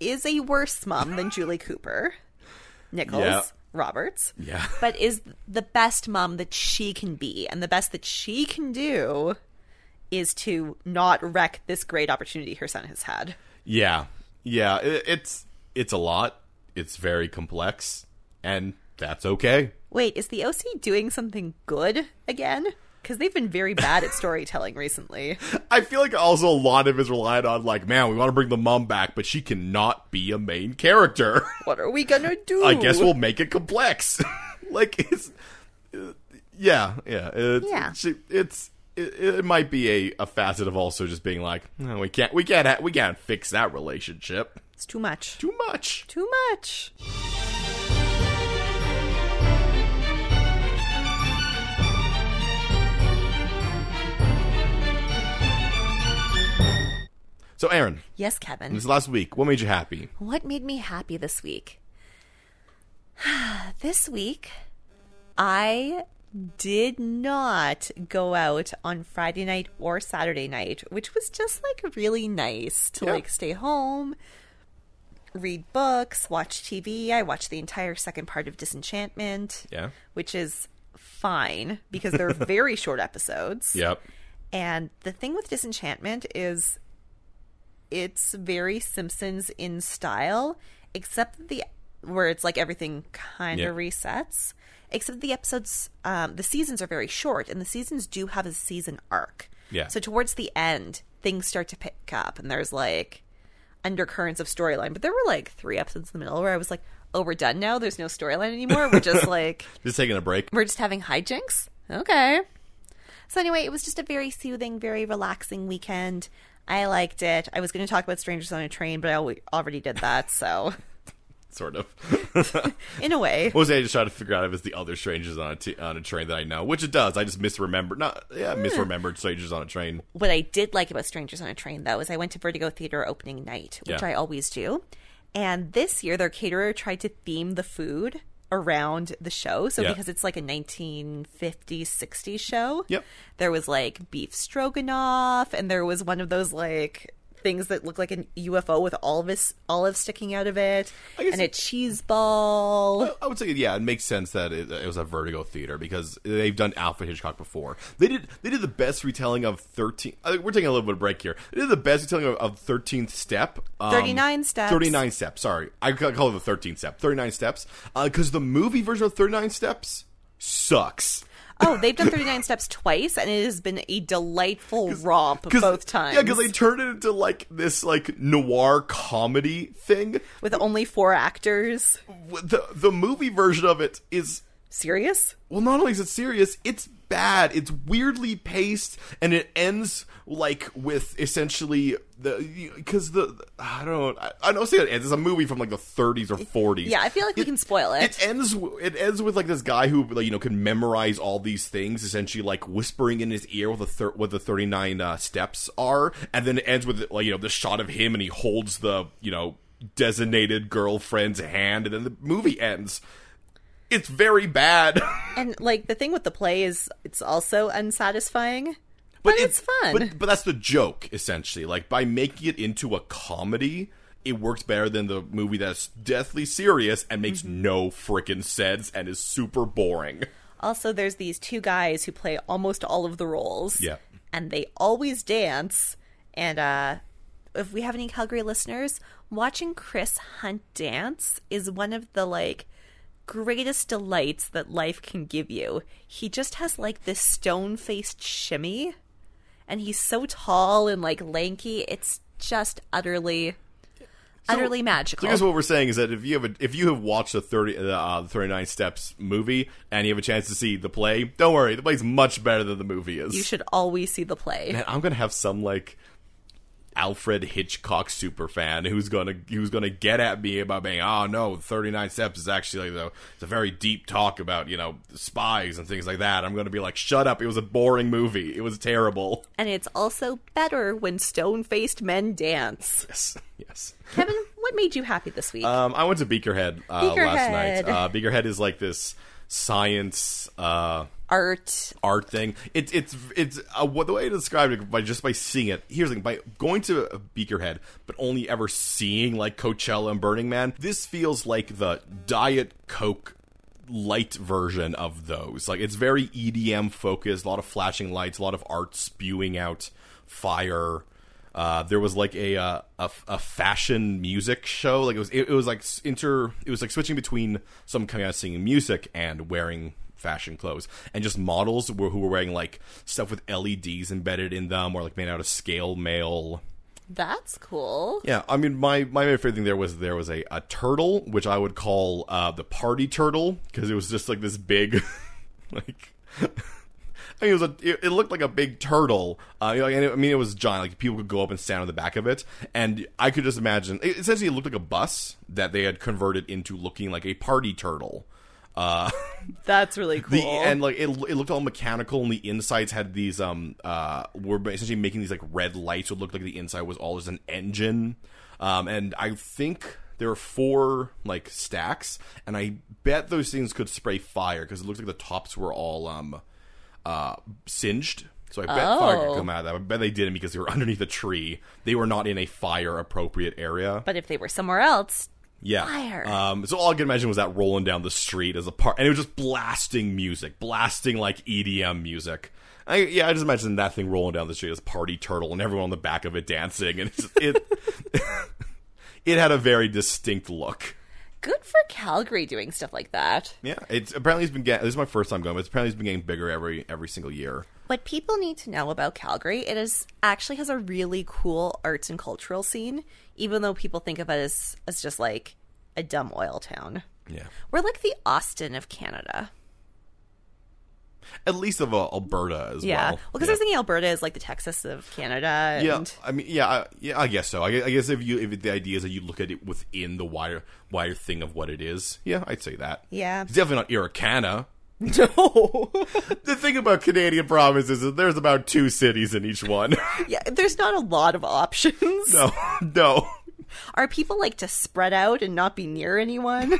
S2: is a worse mom than Julie Cooper, Nichols,
S1: Yeah.
S2: Roberts.
S1: Yeah.
S2: But is the best mom that she can be. And the best that she can do is to not wreck this great opportunity her son has had.
S1: Yeah, yeah. It, it's it's a lot. It's very complex, and that's okay.
S2: Wait, is the OC doing something good again? Because they've been very bad at storytelling recently.
S1: I feel like also a lot of it is relied on like, man, we want to bring the mom back, but she cannot be a main character.
S2: What are we gonna do?
S1: I guess we'll make it complex. like it's, uh, yeah, yeah, it's,
S2: Yeah.
S1: She, it's it, it might be a, a facet of also just being like, no, we can't, we can't, ha- we can't fix that relationship.
S2: It's too much.
S1: Too much.
S2: Too much.
S1: So, Aaron,
S2: Yes, Kevin.
S1: this last week, what made you happy?
S2: What made me happy this week? this week, I did not go out on Friday night or Saturday night, which was just like really nice to
S1: Yeah.
S2: like stay home, read books, watch TV. I watched the entire second part of Disenchantment,
S1: Yeah.
S2: which is fine because they're very short episodes.
S1: Yep.
S2: And the thing with Disenchantment is it's very Simpsons in style, except that the where it's like everything kind
S1: Yeah.
S2: of resets. Except the episodes, um, the seasons are very short, and the seasons do have a season arc.
S1: Yeah.
S2: So towards the end, things start to pick up, and there's like undercurrents of storyline. But there were like three episodes in the middle where I was like, "Oh, we're done now. There's no storyline anymore. We're just like."
S1: Just taking a break.
S2: We're just having hijinks? Okay. So, anyway, it was just a very soothing, very relaxing weekend. I liked it. I was going to talk about Strangers on a Train, but I al- already did that. So,
S1: sort of.
S2: in a way.
S1: What was I just trying to figure out if it's the other strangers on a, t- on a train that I know, which it does. I just misremembered. Not yeah, misremembered strangers on a train.
S2: What I did like about Strangers on a Train, though, is I went to Vertigo Theater opening night, which
S1: Yeah.
S2: I always do. And this year, their caterer tried to theme the food around the show. So
S1: Yeah.
S2: because it's like a 1950s, 60s show,
S1: Yep.
S2: there was like beef stroganoff, and there was one of those like things that looked like an UFO with olives, olives sticking out of it,
S1: I guess
S2: and a
S1: it-
S2: cheese ball.
S1: I would say yeah, it makes sense that it, it was a Vertigo theater because they've done Alfred Hitchcock before. They did they did the best retelling of thirteen. I think we're taking a little bit of break here. They did the best retelling of- of Thirteenth Step, um,
S2: 39 Steps.
S1: Thirty nine steps. Sorry, I ca- call it the Thirteenth Step. Thirty nine steps because the movie version of Thirty Nine Steps sucks.
S2: Oh, they've done 39 steps twice, and it has been a delightful romp
S1: 'Cause-
S2: both times.
S1: Yeah, because they turned it into like this like noir comedy thing.
S2: with only four actors.
S1: W- The the movie version of it is
S2: Serious?
S1: well, not only is it serious, it's bad. It's weirdly paced, and it ends like with essentially the because the I don't I, I don't say it ends. It's a movie from like the 30s or 40s.
S2: Yeah, I feel like we can spoil it.
S1: It ends. w- It ends with like this guy who, like, you know, can memorize all these things, essentially like whispering in his ear what the thir- what the thirty nine uh, steps are, and then it ends with like you know the shot of him and he holds the you know designated girlfriend's hand, and then the movie ends. It's very bad.
S2: and like the thing with the play is it's also unsatisfying, but, it's fun.
S1: But, but that's the joke, essentially. Like by making it into a comedy, it works better than the movie that's deathly serious and makes
S2: Mm-hmm.
S1: no freaking sense and is super boring.
S2: also, there's these two guys who play almost all of the roles.
S1: Yeah.
S2: And they always dance. And uh if we have any Calgary listeners, watching Chris Hunt dance is one of the like greatest delights that life can give you. He just has like this stone faced shimmy and he's so tall and like lanky. It's just utterly utterly
S1: So
S2: magical.
S1: I guess what we're saying is that if you have a, if you have watched the thirty uh, the thirty nine steps movie and you have a chance to see the play, don't worry, the play's much better than the movie is.
S2: you should always see the play.
S1: Man, I'm gonna have some like Alfred Hitchcock super fan who's gonna who's gonna get at me about being oh no, 39 Steps is actually like the it's a very deep talk about you know spies and things like that. I'm gonna be like, shut up! It was a boring movie. It was terrible.
S2: And it's also better when stone faced men dance.
S1: Yes, yes.
S2: Kevin, what made you happy this week?
S1: Um, I went to Beakerhead uh, last night.
S2: Beakerhead.
S1: Uh, Beakerhead is like this science. Uh,
S2: Art.
S1: art thing. It's it's it's uh, what the way I described it by just by seeing it. Here's the thing: by going to Beakerhead, but only ever seeing like Coachella and Burning Man. This feels like the Diet Coke light version of those. Like it's very EDM focused, a lot of flashing lights, a lot of art spewing out fire. Uh, there was like a, uh, a f- a fashion music show. Like it was it, it was like s- inter it was like switching between some coming out singing music and wearing fashion clothes and just models were, who were wearing like stuff with LEDs embedded in them or like made out of scale mail.
S2: That's cool.
S1: Yeah, I mean my my favorite thing there was there was a, a turtle which I would call uh, the party turtle because it was just like this big like I mean, it was a. It, it looked like a big turtle. Uh, you know, and it- I mean, it was giant. Like people could go up and stand on the back of it, and I could just imagine. It, essentially, it looked like a bus that they had converted into looking like a party turtle. Uh,
S2: That's really cool.
S1: the, and like it, it looked all mechanical, and the insides had these um uh were essentially making these like red lights. So it looked like the inside was all just an engine. Um, and I think there were four like stacks, and I bet those things could spray fire because it looked like the tops were all um uh singed. So I bet fire could
S2: Oh.
S1: come out of that. I bet they didn't because they were underneath a tree. They were not in a fire appropriate area.
S2: but if they were somewhere else,
S1: Yeah.
S2: Fire.
S1: Um, so all I could imagine was that rolling down the street as a part, and it was just blasting music, blasting like EDM music. I, yeah, I just imagine that thing rolling down the street as party turtle, and everyone on the back of it dancing, and it's just, it it had a very distinct look.
S2: good for Calgary doing stuff like that.
S1: Yeah, it's apparently it's been getting. This is my first time going, but it's apparently it's been getting bigger every every single year.
S2: What people need to know about Calgary, it is actually has a really cool arts and cultural scene, even though people think of it as as just like a dumb oil town.
S1: Yeah,
S2: We're like the Austin of Canada.
S1: at least of uh, Alberta as
S2: Yeah. Well,
S1: well.
S2: because I was thinking Alberta is like the Texas of Canada. And
S1: Yeah, I mean, yeah, I, yeah. I guess so. I, gue- I guess if you if the idea is that you look at it within the wider wider thing of what it is, yeah, I'd say that.
S2: Yeah.
S1: it's definitely not Iracana.
S2: No.
S1: The thing about Canadian provinces is there's about two cities in each one.
S2: yeah, there's not a lot of options.
S1: no, no.
S2: Are people like to spread out and not be near anyone?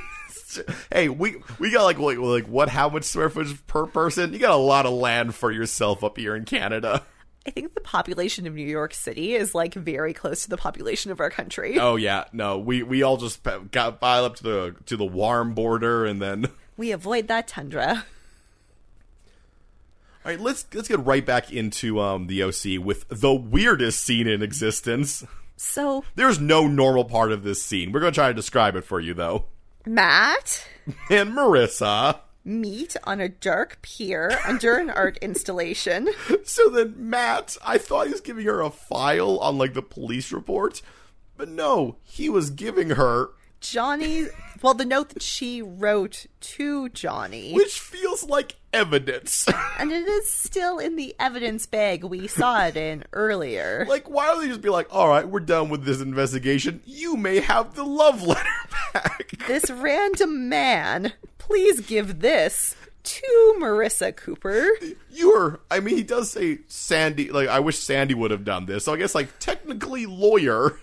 S1: Hey, we we got like like, like what? How much square footage per person? You got a lot of land for yourself up here in Canada.
S2: I think the population of New York City is like very close to the population of our country.
S1: Oh yeah, no, we we all just pa- got pile up to the to the warm border, and then all
S2: We avoid that tundra.
S1: right, let's let's get right back into um the OC with the weirdest scene in existence.
S2: So,
S1: There's no normal part of this scene. We're gonna try to describe it for you though.
S2: Matt,
S1: And Marissa.
S2: meet on a dark pier under an art installation.
S1: So then Matt, I thought he was giving her a file on like the police report, but no, he was giving her
S2: Johnny, well, the note that she wrote to Johnny,
S1: which feels like evidence.
S2: and it is still in the evidence bag we saw it in earlier.
S1: like why don't they just be like, "All right, we're done with this investigation. You may have the love letter back."
S2: This random man, please give this to Marissa Cooper.
S1: You were, I mean, he does say Sandy, like, I wish Sandy would have done this. So I guess, like, technically, lawyer.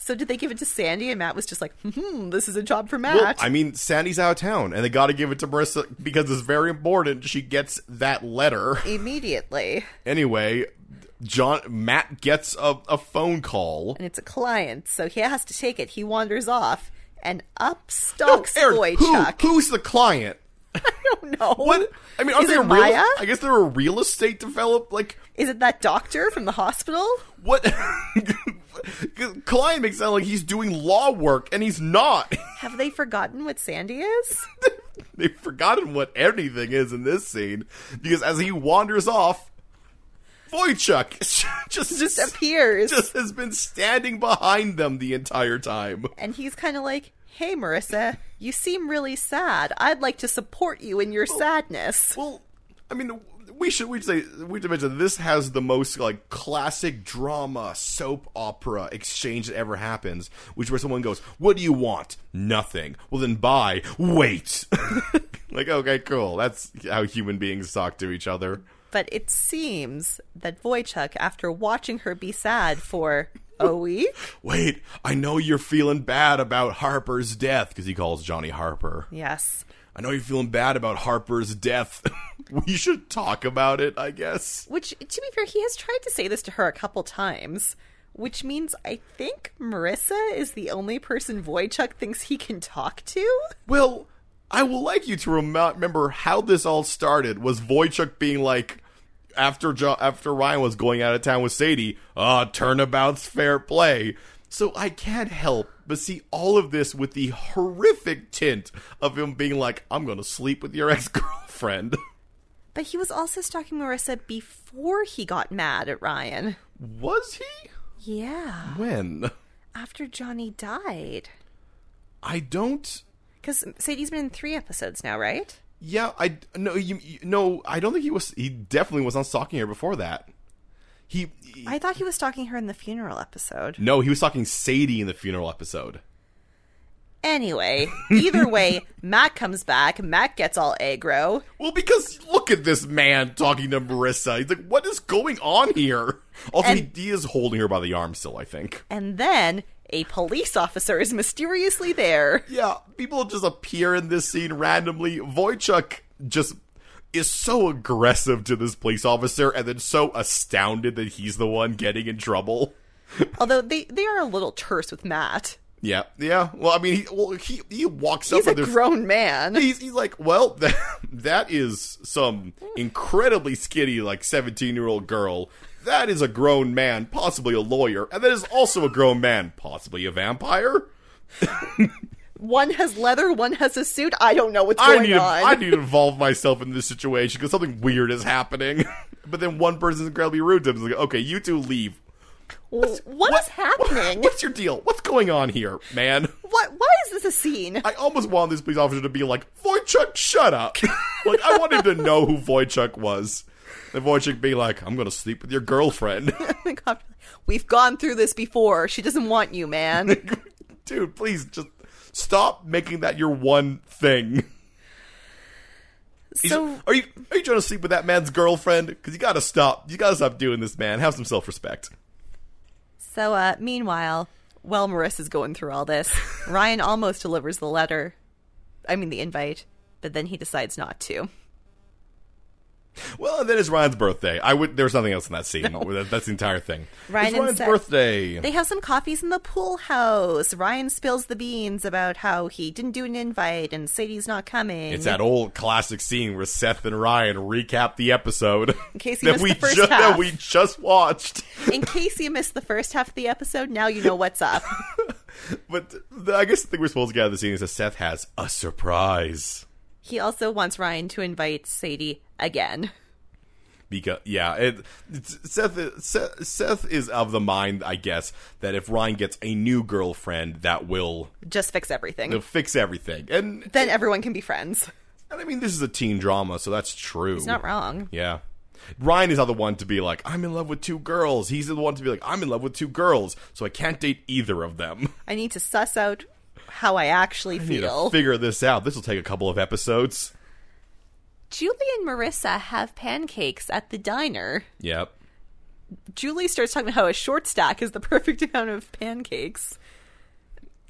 S2: So, did they give it to Sandy? And Matt was just like, hmm, this is a job for
S1: Well,
S2: Matt.
S1: I mean, Sandy's out of town, and they got to give it to Marissa because it's very important. She gets that letter.
S2: immediately.
S1: Anyway, John Matt gets a, a phone call.
S2: And it's a client, so he has to take it. He wanders off, and up stalks
S1: Oh, Aaron,
S2: Boy
S1: who,
S2: Chuck.
S1: who's the client?
S2: Oh, no.
S1: What? I mean, are
S2: Is
S1: they
S2: it
S1: a real?
S2: Maya?
S1: I guess they're a real estate develop. Like,
S2: Is it that doctor from the hospital?
S1: what? client makes it sound like he's doing law work, and he's not.
S2: Have they forgotten what Sandy is?
S1: They've forgotten what anything is in this scene because as he wanders off, Voychuk just
S2: Just appears.
S1: just has been standing behind them the entire time.
S2: And he's kind of like, hey, Marissa, you seem really sad. I'd like to support you in your sadness.
S1: Well, I mean, we should we should say we should mention this has the most like classic drama soap opera exchange that ever happens, which where someone goes, "What do you want? Nothing. Well, then buy. Wait." like, okay, cool. That's how human beings talk to each other.
S2: But it seems that Voychuk, after watching her be sad for a week,
S1: wait, I know you're feeling bad about Harper's death because he calls Johnny Harper.
S2: yes,
S1: I know you're feeling bad about Harper's death. we should talk about it, I guess.
S2: Which, to be fair, he has tried to say this to her a couple times, which means I think Marissa is the only person Voychuk thinks he can talk to.
S1: Well, I would like you to rem- remember how this all started was Voychuk being like after jo- after Ryan was going out of town with Sadie, ah, turnabout's fair play. So I can't help but see all of this with the horrific tint of him being like, I'm going to sleep with your ex-girlfriend.
S2: But he was also stalking Marissa before he got mad at Ryan.
S1: was he?
S2: Yeah,
S1: When?
S2: after Johnny died.
S1: I don't.
S2: Because Sadie's been in three episodes now, right?
S1: Yeah, I no. You, you no. I don't think he was. He definitely was on stalking her before that. He, he-
S2: I thought he was stalking her in the funeral episode.
S1: no. He was stalking Sadie in the funeral episode.
S2: Anyway, either way, Matt comes back. Matt gets all aggro.
S1: Well, because look at this man talking to Marissa. He's like, "What is going on here?" Also,
S2: And-
S1: he, he is holding her by the arm still. I think.
S2: And then a police officer is mysteriously there.
S1: Yeah, people just appear in this scene randomly. Voychuk just is so aggressive to this police officer, and then so astounded that he's the one getting in trouble.
S2: Although they, they are a little terse with Matt.
S1: Yeah, yeah. Well, I mean, he well he he walks
S2: He's
S1: up
S2: a
S1: and there's
S2: grown man.
S1: he's, he's like, well, that, that is some incredibly skinny like seventeen year old girl. That is a grown man, possibly a lawyer, and that is also a grown man, possibly a vampire.
S2: One has leather, one has a suit. I don't know what's
S1: I
S2: going
S1: need to,
S2: on.
S1: I need to involve myself in this situation because something weird is happening. but then one person's incredibly rude to him. It's like, okay, you two leave.
S2: What's, happening?
S1: What's your deal? What's going on here, man?
S2: What? Why is this a scene?
S1: I almost want this police officer to be like, Voychuk, shut up. like, I want him to know who Voychuk was. And Voychuk be like, I'm going to sleep with your girlfriend.
S2: The cop- We've gone through this before. She doesn't want you, man.
S1: Dude, please just stop making that your one thing. He's-
S2: so
S1: are you are you trying to sleep with that man's girlfriend? Because you got to stop. You got to stop doing this, man. Have some self respect.
S2: So, uh, meanwhile, while Marissa's going through all this, Ryan almost delivers the letter. I mean, the invite, but then he decides not to.
S1: Well, and then it's Ryan's birthday. I would. There's nothing else in that scene. That- that's the entire thing.
S2: Ryan
S1: it's
S2: and
S1: Ryan's
S2: Seth-
S1: birthday.
S2: They have some coffees in the pool house. Ryan spills the beans about how he didn't do an invite and Sadie's not coming.
S1: It's that old classic scene where Seth and Ryan recap the episode
S2: In case you
S1: that
S2: missed
S1: we
S2: the first
S1: ju- that
S2: half.
S1: we just watched.
S2: in case you missed the first half of the episode, now you know what's up.
S1: But the, I guess the thing we're supposed to get out of the scene is that Seth has a surprise.
S2: he also wants Ryan to invite Sadie again.
S1: Because yeah, it, it's, Seth, Seth Seth is of the mind, I guess, that if Ryan gets a new girlfriend, that will
S2: Just fix everything.
S1: it'll fix everything. And,
S2: Then everyone can be friends.
S1: and I mean, this is a teen drama, so that's true.
S2: It's not wrong.
S1: Yeah. Ryan is not the one to be like, I'm in love with two girls. He's the one to be like, I'm in love with two girls, so I can't date either of them.
S2: I need to suss out how I actually
S1: need
S2: feel.
S1: to figure this out. This will take a couple of episodes.
S2: Julie and Marissa have pancakes at the diner.
S1: Yep.
S2: Julie starts talking about how a short stack is the perfect amount of pancakes.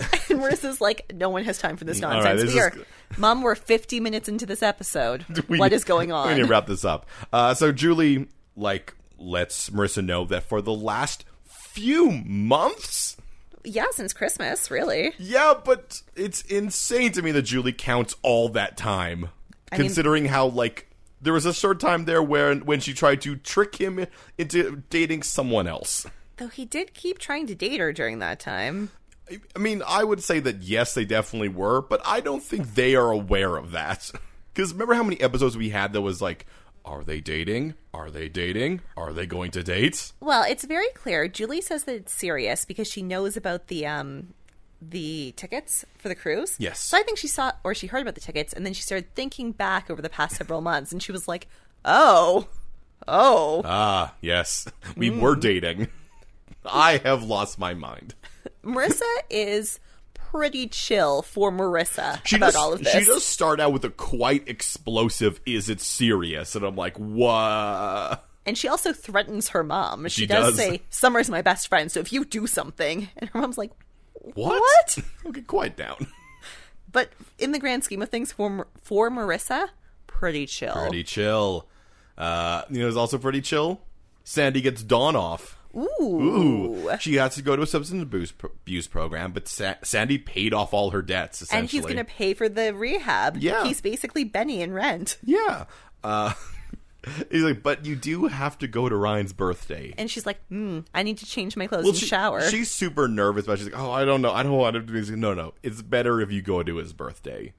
S2: And Marissa's like, no one has time for this
S1: All right,
S2: nonsense.
S1: Mm, this
S2: we
S1: is
S2: are, Mom, we're 50 minutes into this episode.
S1: We
S2: what
S1: need-
S2: is going on?
S1: We need to wrap this up. Uh, so Julie, like, lets Marissa know that for the last few months.
S2: yeah, since Christmas, really.
S1: Yeah, but it's insane to me that Julie counts all that time,
S2: mean-
S1: considering how like there was a short time there where when she tried to trick him into dating someone else.
S2: Though he did keep trying to date her during that time.
S1: I- I mean, I would say that yes, they definitely were, but I don't think they are aware of that. Because remember how many episodes we had that was like, are they dating? Are they dating? Are they going to date?
S2: Well, it's very clear. Julie says that it's serious because she knows about the um the tickets for the cruise.
S1: Yes.
S2: So I think she saw or she heard about the tickets and then she started thinking back over the past several months and she was like, "Oh. Oh."
S1: Ah, yes, we were
S2: Hmm.
S1: dating. I have lost my mind.
S2: Marissa is pretty chill for Marissa
S1: She
S2: about
S1: just,
S2: all of this.
S1: She does start out with a quite explosive, is it serious? And I'm like, what?
S2: And she also threatens her mom. She,
S1: She
S2: does,
S1: does.
S2: say, "Summer's my best friend, so if you do something." And her mom's like,
S1: What?
S2: What?
S1: okay, quiet down.
S2: But in the grand scheme of things, for Mar- for Marissa, pretty chill.
S1: Pretty chill. Uh, you know, it's also pretty chill. Sandy gets Dawn off. Ooh. She has to go to a substance abuse, abuse program, but Sa- Sandy paid off all her debts, essentially.
S2: and he's going to pay for the rehab.
S1: Yeah.
S2: he's basically Benny in Rent.
S1: Yeah. Uh, he's like, but you do have to go to Ryan's birthday.
S2: And she's like, "Hmm, I need to change my clothes
S1: Well,
S2: and
S1: she-
S2: shower."
S1: She's super nervous, but she's like, oh, I don't know. I don't want to do this. No, no. It's better if you go to his birthday.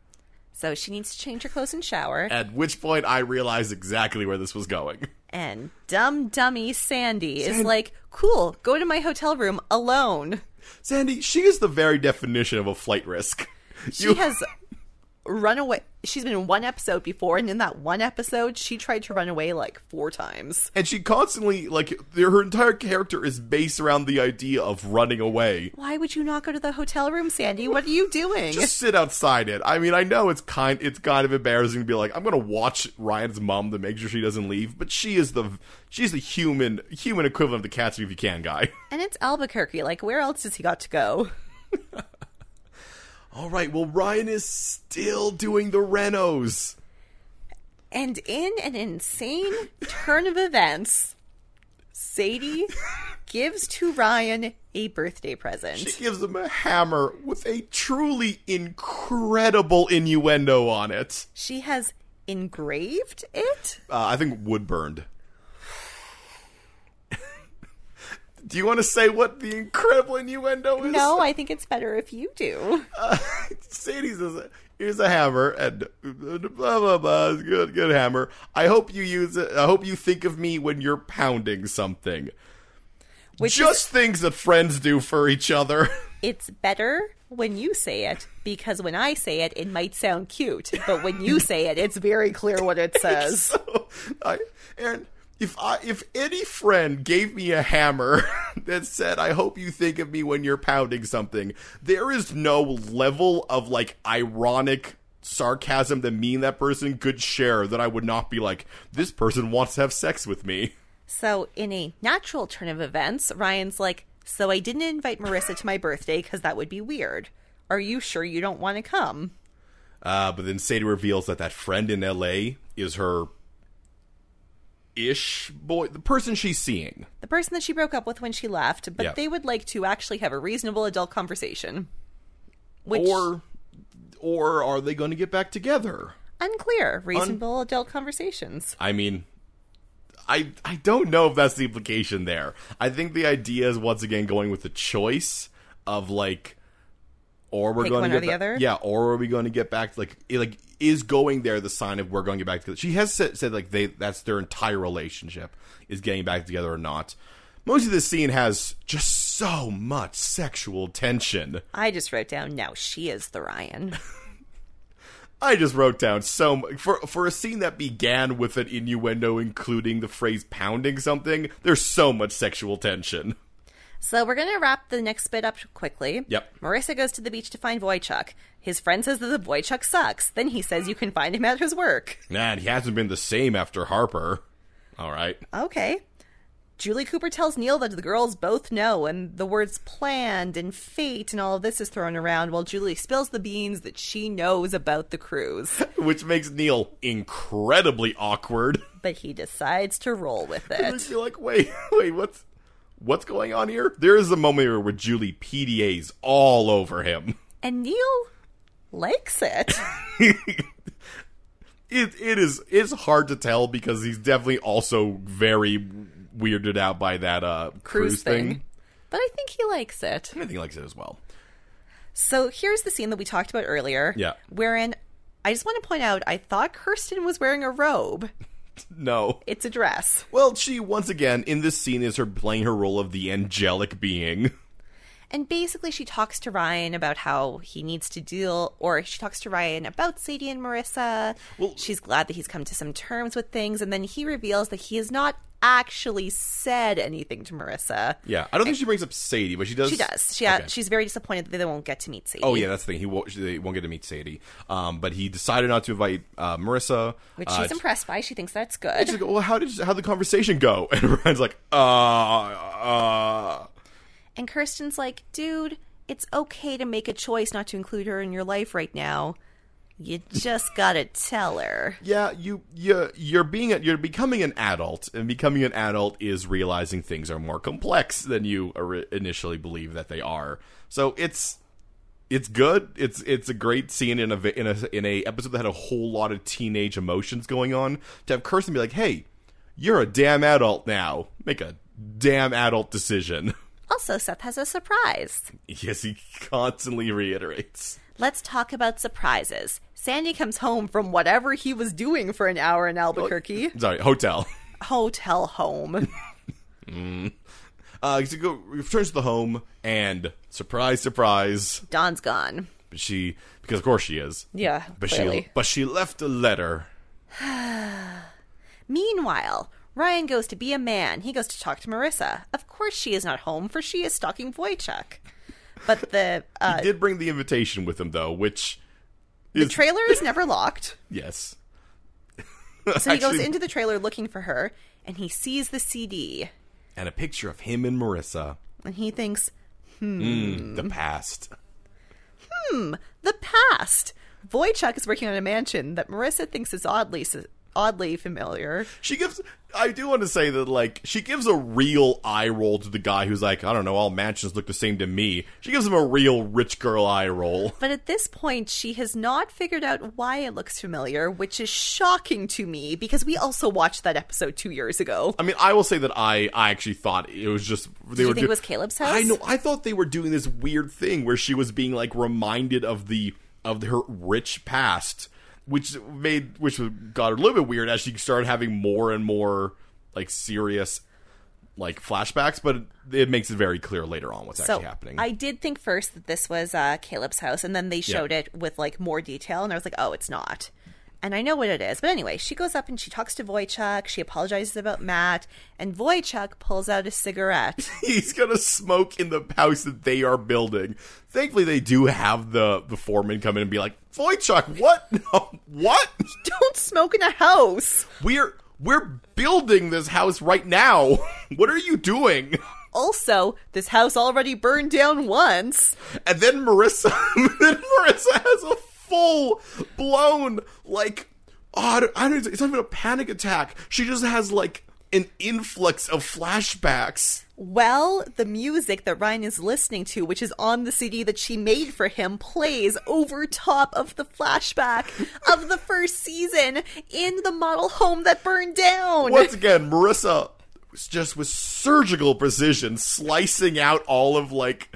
S2: so she needs to change her clothes and shower.
S1: At which point, I realized exactly where this was going.
S2: and dumb dummy Sandy is like, "Cool, go to my hotel room alone."
S1: Sandy, she is the very definition of a flight risk.
S2: She has run away. She's been in one episode before, and in that one episode, she tried to run away like four times.
S1: And she constantly, like, her entire character is based around the idea of running away.
S2: Why would you not go to the hotel room, Sandy? What are you doing?
S1: Just sit outside it. I mean, I know it's kind, it's kind of embarrassing to be like, I'm gonna watch Ryan's mom to make sure she doesn't leave, but she is the, she's the human, human equivalent of the catch me if you can guy.
S2: and it's Albuquerque. Like, where else has he got to go?
S1: All right, well, Ryan is still doing the renos.
S2: And in an insane turn of events, Sadie gives to Ryan a birthday present.
S1: She gives him a hammer with a truly incredible innuendo on it.
S2: She has engraved it.
S1: Uh, I think wood burned. Do you want to say what the incredible innuendo is?
S2: No, I think it's better if you do.
S1: Sadie says, "Here's a hammer and blah blah blah. It's Good, good hammer. I hope you use it. I hope you think of me when you're pounding something."
S2: Which
S1: Just things that friends do for each other.
S2: It's better when you say it because when I say it, it might sound cute, but when you say it, it's very clear what it says.
S1: I, and if I, if any friend gave me a hammer that said, "I hope you think of me when you're pounding something," there is no level of like ironic sarcasm that me and that person could share that I would not be like, "This person wants to have sex with me."
S2: So, in a natural turn of events, Ryan's like, So I didn't invite Marissa to my birthday because that would be weird. Are you sure you don't want to come?
S1: Uh, but then Sadie reveals that that friend in L.A. is her ish boy, the person she's seeing.
S2: The person that she broke up with when she left, but
S1: Yeah.
S2: they would like to actually have a reasonable adult conversation. Which
S1: or or are they going to get back together?
S2: unclear. Reasonable adult conversations.
S1: I mean, I I don't know if that's the implication there. I think the idea is once again going with the choice of like, or we're
S2: Pick
S1: going
S2: one
S1: to
S2: or
S1: get
S2: the
S1: ba-
S2: other?
S1: yeah, or are we going to get back to like it- like is going there the sign of we're going to get back together? She has said, said like they that's their entire relationship is getting back together or not. Most of this scene has just so much sexual tension.
S2: I just wrote down, now she is the Ryan.
S1: I just wrote down so mu- for for a scene that began with an innuendo including the phrase pounding something. There's so much sexual tension.
S2: So we're going to wrap the next bit up quickly.
S1: Yep.
S2: Marissa goes to the beach to find Voychuk. His friend says that the Voychuk sucks. Then he says you can find him at his work.
S1: Man, he hasn't been the same after Harper. All right.
S2: Okay. Julie Cooper tells Neil that the girls both know, and the words planned and fate and all of this is thrown around while Julie spills the beans that she knows about the cruise.
S1: Which makes Neil incredibly awkward.
S2: But he decides to roll with
S1: And
S2: it.
S1: you're like, wait, wait, what's what's going on here? There is a moment here where Julie PDA's all over him.
S2: And Neil likes it.
S1: It it is it's hard to tell because he's definitely also very weirded out by that uh cruise,
S2: Cruise
S1: thing.
S2: thing. But I think he likes it.
S1: I think he likes it as well.
S2: So here's the scene that we talked about earlier.
S1: Yeah.
S2: Wherein I just want to point out I thought Kirsten was wearing a robe.
S1: No.
S2: It's a dress.
S1: Well, she once again in this scene is her playing her role of the angelic being.
S2: And basically, she talks to Ryan about how he needs to deal, or she talks to Ryan about Sadie and Marissa.
S1: Well-
S2: She's glad that he's come to some terms with things. And then he reveals that he has not actually said anything to Marissa.
S1: Yeah, I don't think she brings up Sadie, but she does.
S2: She does. She, uh,
S1: Okay.
S2: She's very disappointed that they won't get to meet Sadie.
S1: Oh yeah, that's the thing. He won't, they won't get to meet Sadie. Um, but he decided not to invite uh, Marissa.
S2: Which
S1: uh,
S2: she's impressed by. She thinks that's
S1: she's
S2: good.
S1: like, well, how did how the conversation go? And Ryan's like, uh, uh.
S2: And Kirsten's like, dude, it's okay to make a choice not to include her in your life right now. You just gotta tell her.
S1: yeah, you you you're being a, you're becoming an adult, and becoming an adult is realizing things are more complex than you ori- initially believe that they are. So it's it's good. It's it's a great scene in a vi- in a in a episode that had a whole lot of teenage emotions going on. To have Kirsten be like, "Hey, you're a damn adult now. Make a damn adult decision."
S2: Also, Seth has a surprise.
S1: yes, he constantly reiterates.
S2: Let's talk about surprises. Sandy comes home from whatever he was doing for an hour in Albuquerque.
S1: Sorry, hotel.
S2: Hotel home.
S1: Uh, he go, returns to the home, and surprise, surprise,
S2: Dawn's gone.
S1: she because of course she is.
S2: Yeah,
S1: But
S2: clearly.
S1: she but she left a letter.
S2: Meanwhile, Ryan goes to be a man. He goes to talk to Marissa. Of course she is not home, for she is stalking Voychuk. But the, uh,
S1: Did bring the invitation with him though, which
S2: the trailer is never locked.
S1: yes.
S2: So he goes into the trailer looking for her, and he sees the CD.
S1: and a picture of him and Marissa,
S2: And he thinks,
S1: the
S2: Mm.
S1: past.
S2: the past. Voychuk is working on a mansion that Marissa thinks is oddly oddly familiar.
S1: She gives. I do want to say that like she gives a real eye roll to the guy who's like, I don't know, all mansions look the same to me. She gives him a real rich girl eye roll.
S2: But at this point, she has not figured out why it looks familiar, which is shocking to me because we also watched that episode two years ago.
S1: I mean, I will say that I, I actually thought it was just they
S2: you
S1: were.
S2: think it was Caleb's house?
S1: I know. I thought they were doing this weird thing where she was being like reminded of the of her rich past, which made which got her a little bit weird as she started having more and more like serious like flashbacks, but it makes it very clear later on what's
S2: So
S1: actually happening.
S2: I did think first that this was uh, Caleb's house, and then they showed it with like more detail, and I was like, oh, it's not. And I know what it is. But anyway, she goes up and she talks to Voychuk. She apologizes about Matt, and Voychuk pulls out a cigarette.
S1: He's gonna smoke in the house that they are building. Thankfully, they do have the the foreman come in and be like, "Voychuk, what? No, what?
S2: Don't smoke in a house.
S1: We're we're building this house right now. What are you doing?"
S2: Also, this house already burned down once.
S1: And then Marissa, then Marissa has a full blown like, oh, I don't, I don't, it's not even a panic attack. She just has like an influx of flashbacks.
S2: Well, the music that Ryan is listening to, which is on the CD that she made for him, plays over top of the flashback of the first season in the model home that burned down.
S1: Once again, Marissa was just with surgical precision slicing out all of like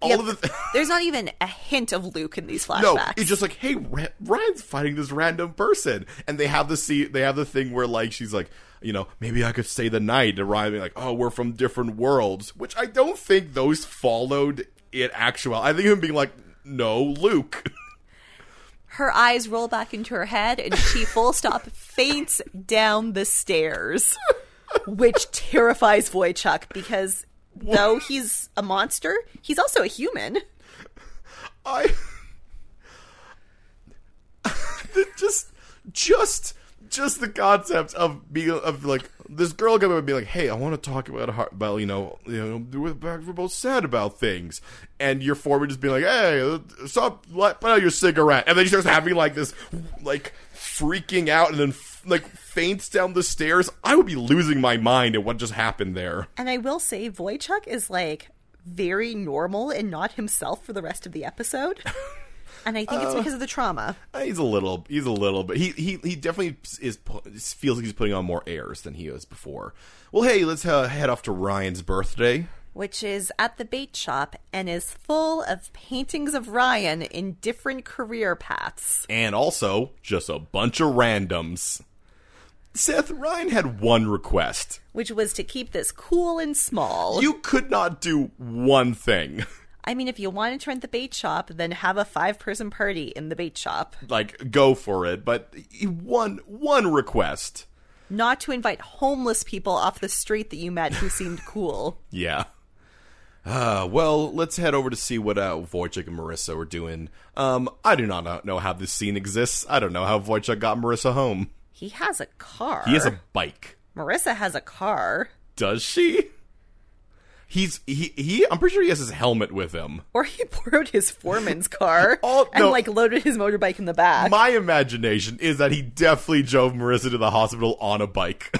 S1: all
S2: Yep.
S1: of the.
S2: There's not even a hint of Luke in these flashbacks.
S1: No, it's just like, hey, Ra- Ryan's fighting this random person, and they have the see, they have the thing where like she's like, you know, maybe I could stay the night, and Ryan being like, oh, we're from different worlds, which I don't think those followed in actual. I think him being like, no, Luke,
S2: her eyes roll back into her head and she full stop faints down the stairs, which terrifies Voychuk because though he's a monster, he's also a human.
S1: I just just just the concept of being of like this girl coming up and being like, "Hey, I want to talk about heart, about you know, you know, we're, back- we're both sad about things," and your foreman just being like, "Hey, stop, let, put out your cigarette," and then she starts having like this, like freaking out, and then f- like faints down the stairs. I would be losing my mind at what just happened there.
S2: And I will say, Voychuk is like very normal and not himself for the rest of the episode. And I think it's because of the trauma.
S1: Uh, He's a little. He's a little, but he he he definitely is pu- feels like he's putting on more airs than he was before. Well, hey, let's uh, head off to Ryan's birthday.
S2: Which is at the bait shop and is full of paintings of Ryan in different career paths.
S1: and also just a bunch of randoms. Seth Ryan had one request.
S2: which was to keep this cool and small.
S1: You could not do one thing.
S2: I mean, if you want to rent the bait shop, then have a five person party in the bait shop.
S1: Like go for it, but he- one one request.
S2: Not to invite homeless people off the street that you met who seemed cool.
S1: Yeah. Uh, well, let's head over to see what uh, Wojcik and Marissa were doing. Um, I do not know- know how this scene exists. I don't know how Wojcik got Marissa home.
S2: He has a car.
S1: He has a bike.
S2: Marissa has a car.
S1: Does she? He's he he. I'm pretty sure he has his helmet with him.
S2: Or he borrowed his foreman's car
S1: Oh,
S2: and
S1: no.
S2: like loaded his motorbike in the back.
S1: My imagination is that he definitely drove Marissa to the hospital on a bike.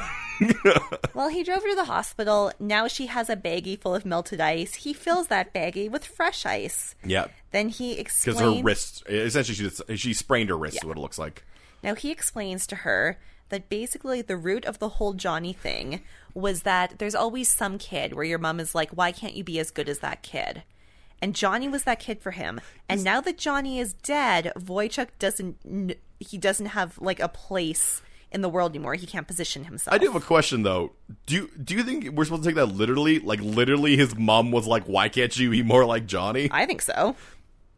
S2: well, he drove her to the hospital. Now she has a baggie full of melted ice. He fills that baggie with fresh ice.
S1: yeah,
S2: Then he
S1: because
S2: explains
S1: her wrist essentially she just, she sprained her wrist. Is what it looks like.
S2: Now, he explains to her that basically the root of the whole Johnny thing was that there's always some kid where your mom is like, why can't you be as good as that kid? And Johnny was that kid for him. And now that Johnny is dead, Voychuk doesn't, kn- he doesn't have like a place in the world anymore. He can't position himself.
S1: I do have a question though. Do you, do you think we're supposed to take that literally? Like literally, his mom was like, "Why can't you be more like Johnny?"
S2: I think so.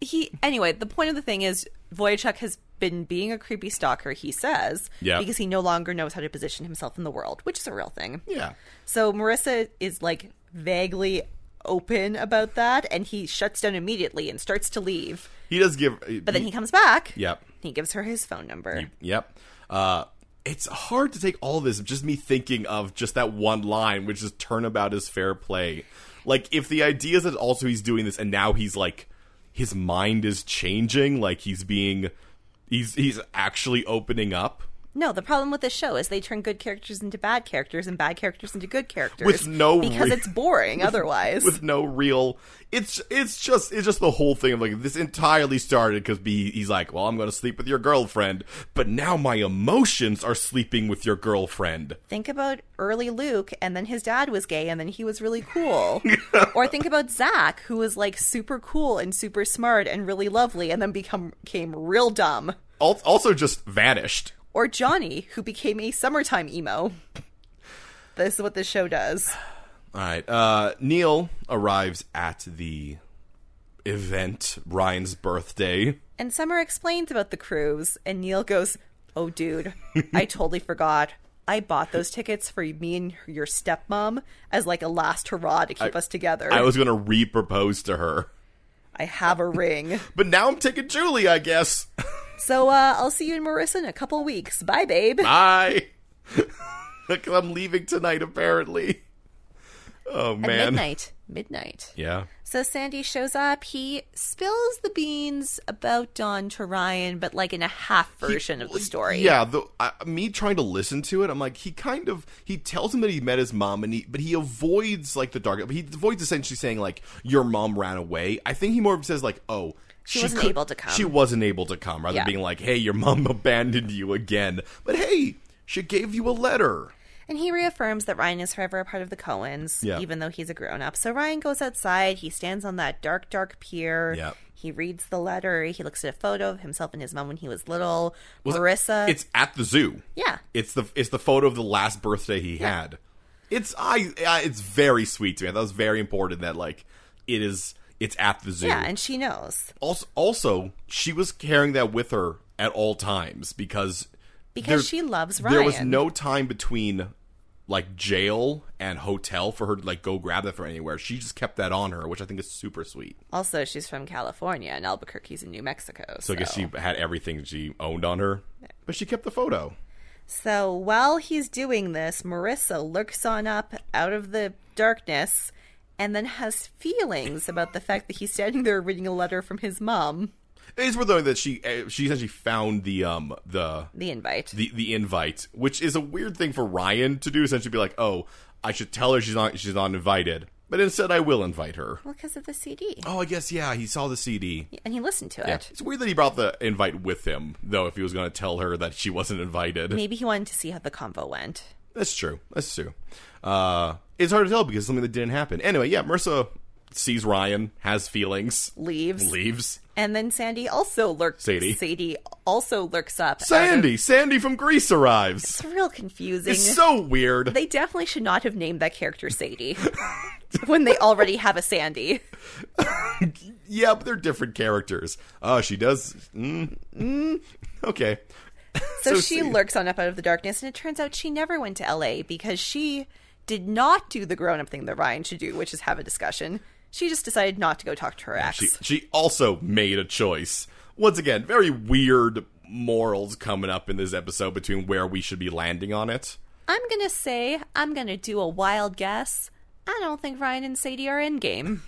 S2: He anyway. The point of the thing is, Voychuk has been being a creepy stalker. He says,
S1: Yeah.
S2: because he no longer knows how to position himself in the world, which is a real thing.
S1: yeah,
S2: So Marissa is like vaguely open about that, and he shuts down immediately and starts to leave.
S1: he does give.
S2: But then he comes back.
S1: Yep.
S2: He gives her his phone number.
S1: Yep. Uh, it's hard to take all this. Just me thinking of just that one line, which is "turnabout is fair play." Like, if the idea is that also he's doing this, and now he's like, his mind is changing. Like he's being, he's he's actually opening up
S2: No, the problem with this show is they turn good characters into bad characters and bad characters into good characters.
S1: With no
S2: because
S1: re-
S2: it's boring otherwise.
S1: with no real. It's it's just it's just the whole thing of like this entirely started because B he's like, well, I'm going to sleep with your girlfriend, but now my emotions are sleeping with your girlfriend.
S2: Think about early Luke, and then his dad was gay, and then he was really cool. or think about Zach, who was like super cool and super smart and really lovely, and then become became real dumb.
S1: Al- Also, just vanished.
S2: or Johnny, who became a summertime emo. This is what this show does.
S1: All right. Uh, Neil arrives at the event, Ryan's birthday.
S2: And Summer explains about the cruise, and Neil goes, Oh, dude, I totally forgot. I bought those tickets for me and your stepmom as like a last hurrah to keep us together.
S1: I
S2: I,
S1: was going to re propose to her.
S2: have a ring.
S1: But now I'm taking Julie, I guess.
S2: So uh, I'll see you in Marissa in a couple weeks. Bye, babe.
S1: Bye. 'Cause I'm leaving tonight, apparently. Oh,
S2: At
S1: man.
S2: midnight. Midnight.
S1: Yeah.
S2: So Sandy shows up. He spills the beans about Dawn to Ryan, but like in a half version of the story.
S1: Yeah, the, I, me trying to listen to it, I'm like, he kind of he tells him that he met his mom, and he but he avoids like the dark, but he avoids essentially saying like your mom ran away. I think he more of says like, oh, she,
S2: wasn't able to come.
S1: She wasn't able to come, rather
S2: Yeah.
S1: than being like, hey, your mom abandoned you again. But hey, she gave you a letter.
S2: And he reaffirms that Ryan is forever a part of the Coens,
S1: Yeah.
S2: even though he's a grown up. So Ryan goes outside. He stands on that dark, dark pier.
S1: Yep.
S2: He reads the letter. He looks at a photo of himself and his mom when he was little. Marissa.
S1: It's at the zoo.
S2: Uh, yeah.
S1: It's the it's the photo of the last birthday he had. It's I, I it's very sweet to me. I thought it was very important that like it is it's at the zoo.
S2: Yeah. And she knows
S1: also, also she was carrying that with her at all times because
S2: because
S1: there-
S2: she loves Ryan.
S1: there was no time between like jail and hotel for her to like go grab that from anywhere. She just kept that on her, which I think is super sweet.
S2: Also, she's from California and Albuquerque's in New Mexico.
S1: So I guess she had everything she owned on her, but she kept the photo.
S2: So while he's doing this, Marissa lurks on up out of the darkness and then has feelings about the fact that he's standing there reading a letter from his mom,
S1: It's worth noting that she eh, she actually found the um the
S2: the invite.
S1: the the invite, which is a weird thing for Ryan to do. Essentially, be like, oh, I should tell her she's not she's not invited, but instead I will invite her.
S2: well, because of the CD.
S1: Oh, I guess yeah. He saw the CD.
S2: And he listened to it.
S1: It's weird that he brought the invite with him, though. If he was going to tell her that she wasn't invited,
S2: Maybe he wanted to see how the convo went.
S1: that's true. That's true. Uh, it's hard to tell because it's something that didn't happen. Anyway, yeah, Marissa sees Ryan, has feelings,
S2: Leaves.
S1: leaves.
S2: And then Sandy also lurks.
S1: Sadie.
S2: Sadie also lurks up. out of-
S1: Sandy, Sandy from Greece arrives.
S2: It's real confusing.
S1: It's so weird.
S2: they definitely should not have named that character Sadie when they already have a Sandy.
S1: Yeah, but they're different characters. Oh, she does. Mm. Okay.
S2: So,
S1: So
S2: she
S1: sweet.
S2: lurks on up out of the darkness, and it turns out she never went to LA because she did not do the grown up thing that Ryan should do, which is have a discussion. She just decided not to go talk to her ex.
S1: She she also made a choice. Once again, very weird morals coming up in this episode between where we should be landing on it.
S2: I'm going to say, I'm going to do a wild guess. I don't think Ryan and Sadie are in game.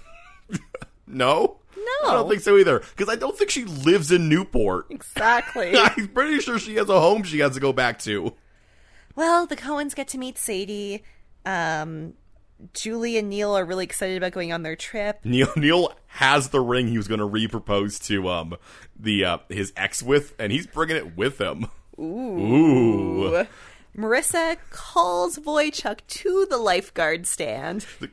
S1: No?
S2: No.
S1: I don't think so either. Because I don't think she lives in Newport.
S2: Exactly.
S1: I'm pretty sure she has a home she has to go back to.
S2: well, the Cohens get to meet Sadie. Um, Julie and Neil are really excited about going on their trip.
S1: Neil Neil has the ring he was gonna repropose to um the uh his ex with, and he's bringing it with him. Ooh. Ooh.
S2: Marissa calls Voychuk to the lifeguard stand.
S1: The-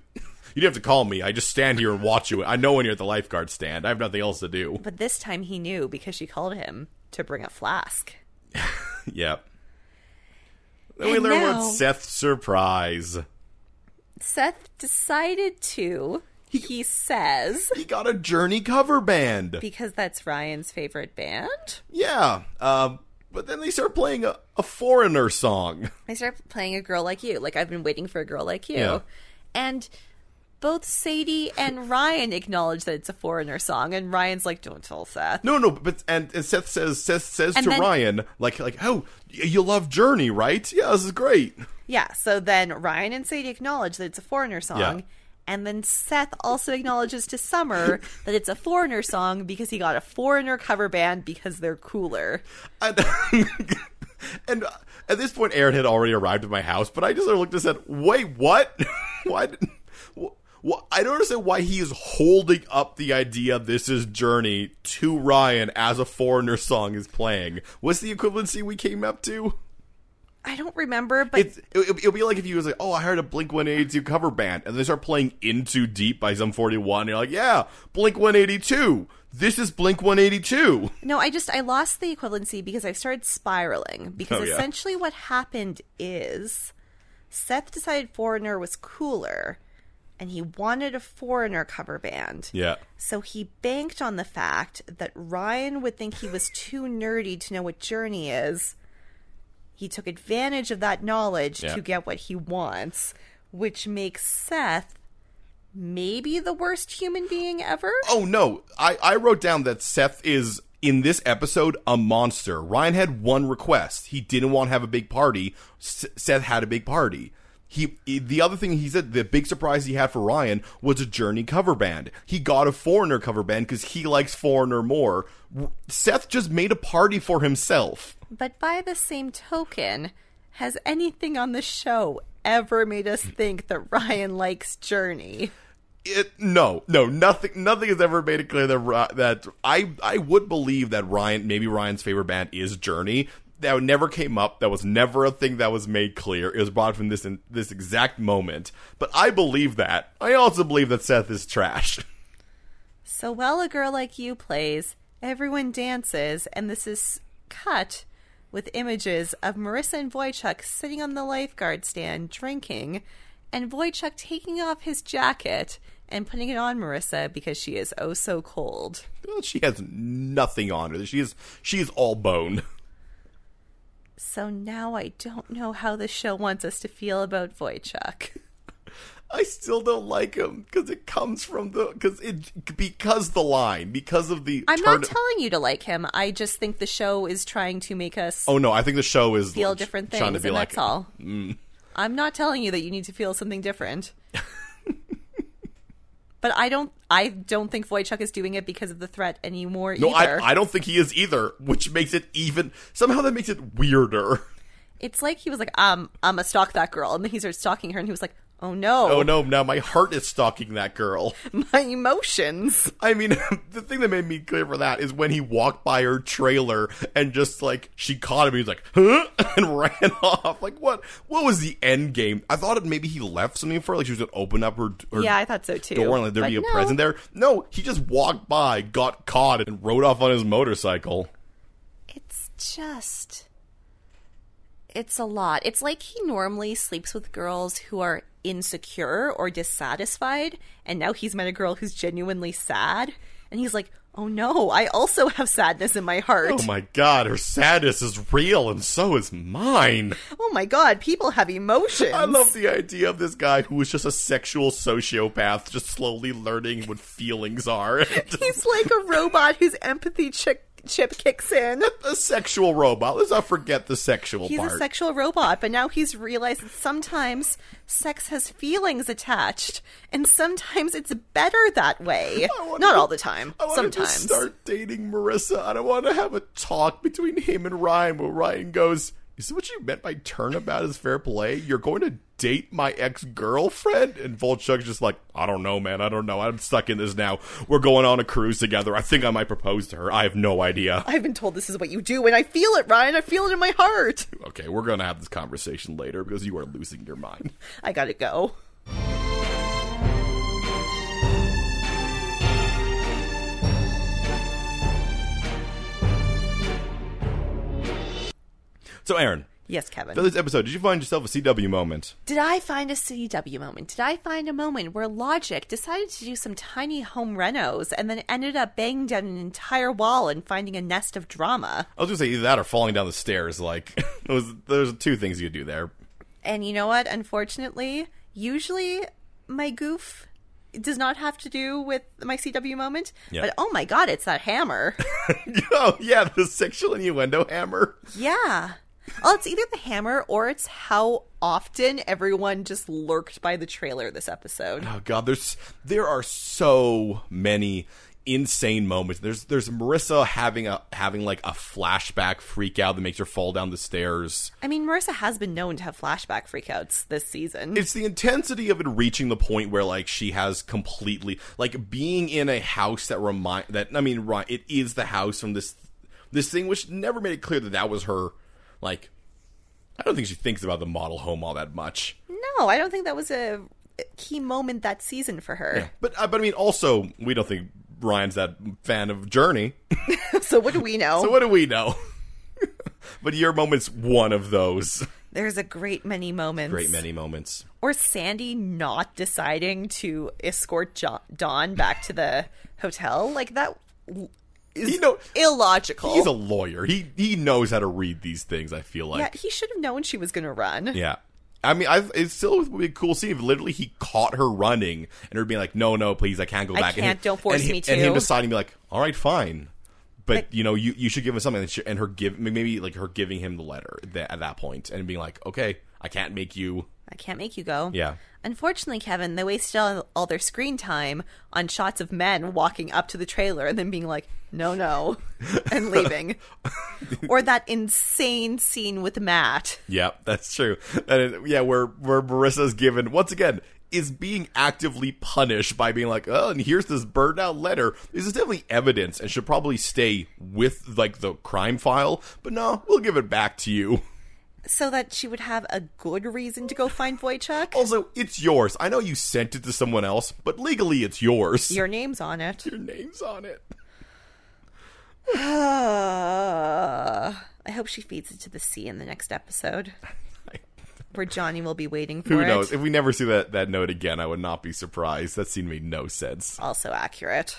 S1: You'd have to call me. I just stand here and watch you. I know when you're at the lifeguard stand. I have nothing else to do.
S2: But this time he knew because she called him to bring a flask.
S1: Yep. Then we
S2: And
S1: learn
S2: now-
S1: about Seth's surprise.
S2: Seth decided to, he says,
S1: He got a Journey cover band.
S2: because that's Ryan's favorite band.
S1: Yeah. Um, but then they start playing a, a foreigner song.
S2: I start playing a girl like you. Like, I've been waiting for a girl like you.
S1: Yeah.
S2: And both Sadie and Ryan acknowledge that it's a foreigner song. And Ryan's like, don't tell Seth.
S1: No, no, but and, and Seth says Seth says
S2: And
S1: to
S2: then-
S1: Ryan like like oh y- you love Journey right? Yeah, this is great.
S2: Yeah. So then Ryan and Sadie acknowledge that it's a foreigner song.
S1: Yeah.
S2: And then Seth also acknowledges to Summer that it's a foreigner song because he got a foreigner cover band because they're cooler.
S1: And, and at this point, Aaron had already arrived at my house, but I just sort of looked and said, "Wait, what? why? Did, wh- I don't understand why he is holding up the idea this is Journey to Ryan as a foreigner song is playing. What's the equivalency we came up to?
S2: I don't remember, but
S1: It's it, it'll be like if you was like, "Oh, I heard a Blink One Eighty Two cover band," and they start playing "Into Deep" by Some Forty One. You're like, "Yeah, Blink One Eighty Two. This is Blink One Eighty Two.
S2: no, I just I lost the equivalency because I started spiraling because
S1: Oh, yeah.
S2: essentially what happened is Seth decided Foreigner was cooler. and he wanted a foreigner cover band.
S1: Yeah.
S2: So he banked on the fact that Ryan would think he was too nerdy to know what Journey is. He took advantage of that knowledge
S1: Yeah.
S2: to get what he wants, which makes Seth maybe the worst human being ever.
S1: Oh no, I I wrote down that Seth is in this episode a monster. Ryan had one request. He didn't want to have a big party. S- Seth had a big party. He the other thing he said the big surprise he had for Ryan was a Journey cover band. He got a Foreigner cover band cuz he likes Foreigner more. R- Seth just made a party for himself.
S2: But by the same token, has anything on the show ever made us think that Ryan likes Journey?
S1: It, no, no, nothing. Nothing has ever made it clear that Ri- that I I would believe that Ryan maybe Ryan's favorite band is Journey. That never came up. That was never a thing that was made clear. It was brought from this in this exact moment. But I believe that. I also believe that Seth is trash.
S2: So while a girl like you plays, everyone dances, and this is cut with images of Marissa and Voychuk sitting on the lifeguard stand drinking, and Voychuk taking off his jacket and putting it on Marissa because she is oh so cold.
S1: Well, she has nothing on her. She is she is all bone.
S2: So now I don't know how the show wants us to feel about Voychuk.
S1: I still don't like him because it comes from the because it because the line because of the
S2: I'm not
S1: turn-
S2: telling you to like him. I just think the show is trying to make us
S1: Oh no! I think the show is
S2: feel different things,
S1: trying to
S2: and
S1: be like mm.
S2: that's all. I'm not telling you that you need to feel something different. but I don't. I don't think Voychuk is doing it because of the threat anymore
S1: No,
S2: either.
S1: I, I don't think he is either, which makes it even somehow that makes it weirder.
S2: It's like he was like, um, I'm gonna stalk that girl, and then he started stalking her, and he was like, Oh no,
S1: Oh no, now my heart is stalking that girl.
S2: my emotions.
S1: I mean, the thing that made me clear for that is when he walked by her trailer and just like she caught him, he was like, huh? And ran off. Like what what was the end game? I thought it maybe he left something for her, like she was gonna open up her, her
S2: Yeah, I thought so too.
S1: door and let there
S2: But
S1: be a
S2: no.
S1: present there. No, he just walked by, got caught, and rode off on his motorcycle.
S2: It's just. It's a lot. It's like he normally sleeps with girls who are insecure or dissatisfied, and now he's met a girl who's genuinely sad, and he's like, oh no, I also have sadness in my heart.
S1: Oh my god, her sadness is real and so is mine.
S2: Oh my god, people have emotions.
S1: I love the idea of this guy who is just a sexual sociopath, just slowly learning what feelings are.
S2: He's like a robot whose empathy chip, chip kicks in.
S1: a sexual robot. Let's not forget the sexual
S2: He's
S1: part.
S2: a sexual robot, but now he's realized that sometimes sex has feelings attached, and sometimes it's better that way.
S1: I want
S2: Not
S1: him-
S2: all the time.
S1: I want him to
S2: Sometimes.
S1: start dating Marissa. I don't want to have a talk between him and Ryan where Ryan goes, "Is this what you meant by turnabout is fair play? You're going to date my ex girlfriend?" And Volchuk's just like, "I don't know, man. I don't know. I'm stuck in this now. We're going on a cruise together. I think I might propose to her. I have no idea."
S2: I've been told this is what you do, and I feel it, Ryan. I feel it in my heart.
S1: Okay, we're going to have this conversation later because you are losing your mind.
S2: I gotta go.
S1: So, Aaron,
S2: Yes, Kevin.
S1: for this episode, did you find yourself a CW moment?
S2: Did I find a CW moment? Did I find a moment where Logic decided to do some tiny home renos and then ended up banging down an entire wall and finding a nest of drama?
S1: I was gonna say either that or falling down the stairs. Like, it was, there's two things you could do there.
S2: And you know what? Unfortunately, usually my goof does not have to do with my CW moment.
S1: Yeah.
S2: But oh my god, it's that hammer.
S1: oh yeah, the sexual innuendo hammer.
S2: yeah. Well, it's either the hammer or it's how often everyone just lurked by the trailer this episode.
S1: Oh god, there's there are so many insane moments. There's there's Marissa having a having like a flashback freak out that makes her fall down the stairs.
S2: I mean, Marissa has been known to have flashback freakouts this season.
S1: it's the intensity of it reaching the point where like she has completely like being in a house that remind that I mean right it is the house from this this thing which never made it clear that that was her like I don't think she thinks about the model home all that much
S2: No, I don't think that was a key moment that season for her.
S1: but uh, but I mean also we don't think Ryan's that fan of Journey
S2: so what do we know?
S1: so what do we know but your moment's one of those
S2: There's a great many moments.
S1: Great many moments.
S2: Or Sandy not deciding to escort jo- Don back to the hotel. Like that is
S1: You know,
S2: illogical.
S1: he's a lawyer. He he knows how to read these things. I feel
S2: yeah,
S1: like.
S2: he should have known she was going to run.
S1: Yeah. I mean, I, it still would be a cool scene if literally he caught her running and her being like, "No, no, please, I can't go
S2: I
S1: back." and
S2: can't,
S1: him-
S2: don't force
S1: and he-
S2: me
S1: And him
S2: to.
S1: deciding to be like, "All right, fine," but
S2: Like-
S1: you know, you, you should give him something. And, she, and her give maybe like her giving him the letter that, at that point and being like, "Okay, I can't make you."
S2: I can't make you go.
S1: Yeah.
S2: Unfortunately, Kevin, they wasted all, all their screen time on shots of men walking up to the trailer and then being like, no, no, and leaving. or that insane scene with Matt.
S1: Yeah, that's true. And it- yeah, where where Marissa's given once again is being actively punished by being like, oh, and here's this burned out letter. This is definitely evidence and should probably stay with like the crime file. But no, we'll give it back to you.
S2: So that she would have a good reason to go find Wojciech.
S1: Also, it's yours. I know you sent it to someone else, but legally, it's yours.
S2: Your name's on it.
S1: Your name's on it.
S2: Ah. I hope she feeds it to the sea in the next episode. Where Johnny will be waiting for
S1: Who
S2: it.
S1: knows? If we never see that, that note again, I would not be surprised. That scene made no sense.
S2: Also accurate.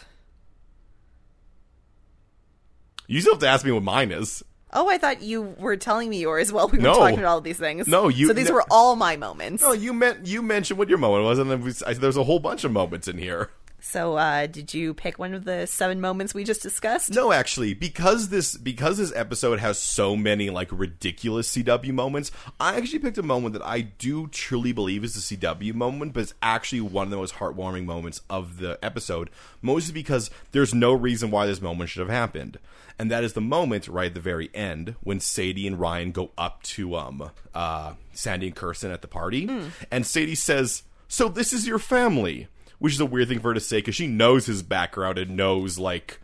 S1: You still have to ask me what mine is.
S2: Oh, I thought you were telling me yours while we were
S1: No.
S2: talking about all these things.
S1: No, you-
S2: So these
S1: no-
S2: were all my moments.
S1: No, you meant you mentioned what your moment was, and then we, I, there's a whole bunch of moments in here.
S2: So, uh, did you pick one of the seven moments we just discussed?
S1: No, actually, because this because this episode has so many like ridiculous CW moments, I actually picked a moment that I do truly believe is the CW moment, but it's actually one of the most heartwarming moments of the episode, mostly because there's no reason why this moment should have happened. And that is the moment right at the very end when Sadie and Ryan go up to um uh Sandy and Kirsten at the party, and Sadie says, "So this is your family." Which is a weird thing for her to say because she knows his background and knows like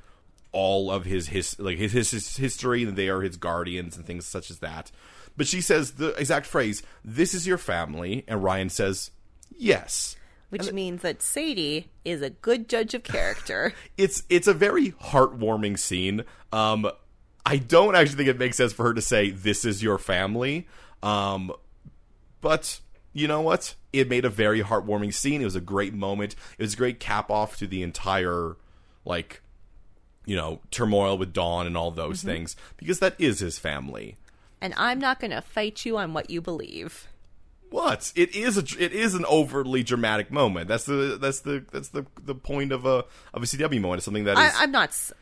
S1: all of his his like his, his, his history and they are his guardians and things such as that. But she says the exact phrase, "This is your family," and Ryan says, "Yes."
S2: Which means that Sadie is a good judge of character.
S1: It's it's a very heartwarming scene. Um, I don't actually think it makes sense for her to say, "This is your family," um, but you know what? It made a very heartwarming scene. It was a great moment. It was a great cap off to the entire like you know turmoil with Dawn and all those
S2: Mm-hmm.
S1: things because that is his family.
S2: and I'm not going to fight you on what you believe.
S1: What? It is a dr- it is an overly dramatic moment. That's the that's the that's the the point of a of a CW moment. It's something that is
S2: I, I'm not. s-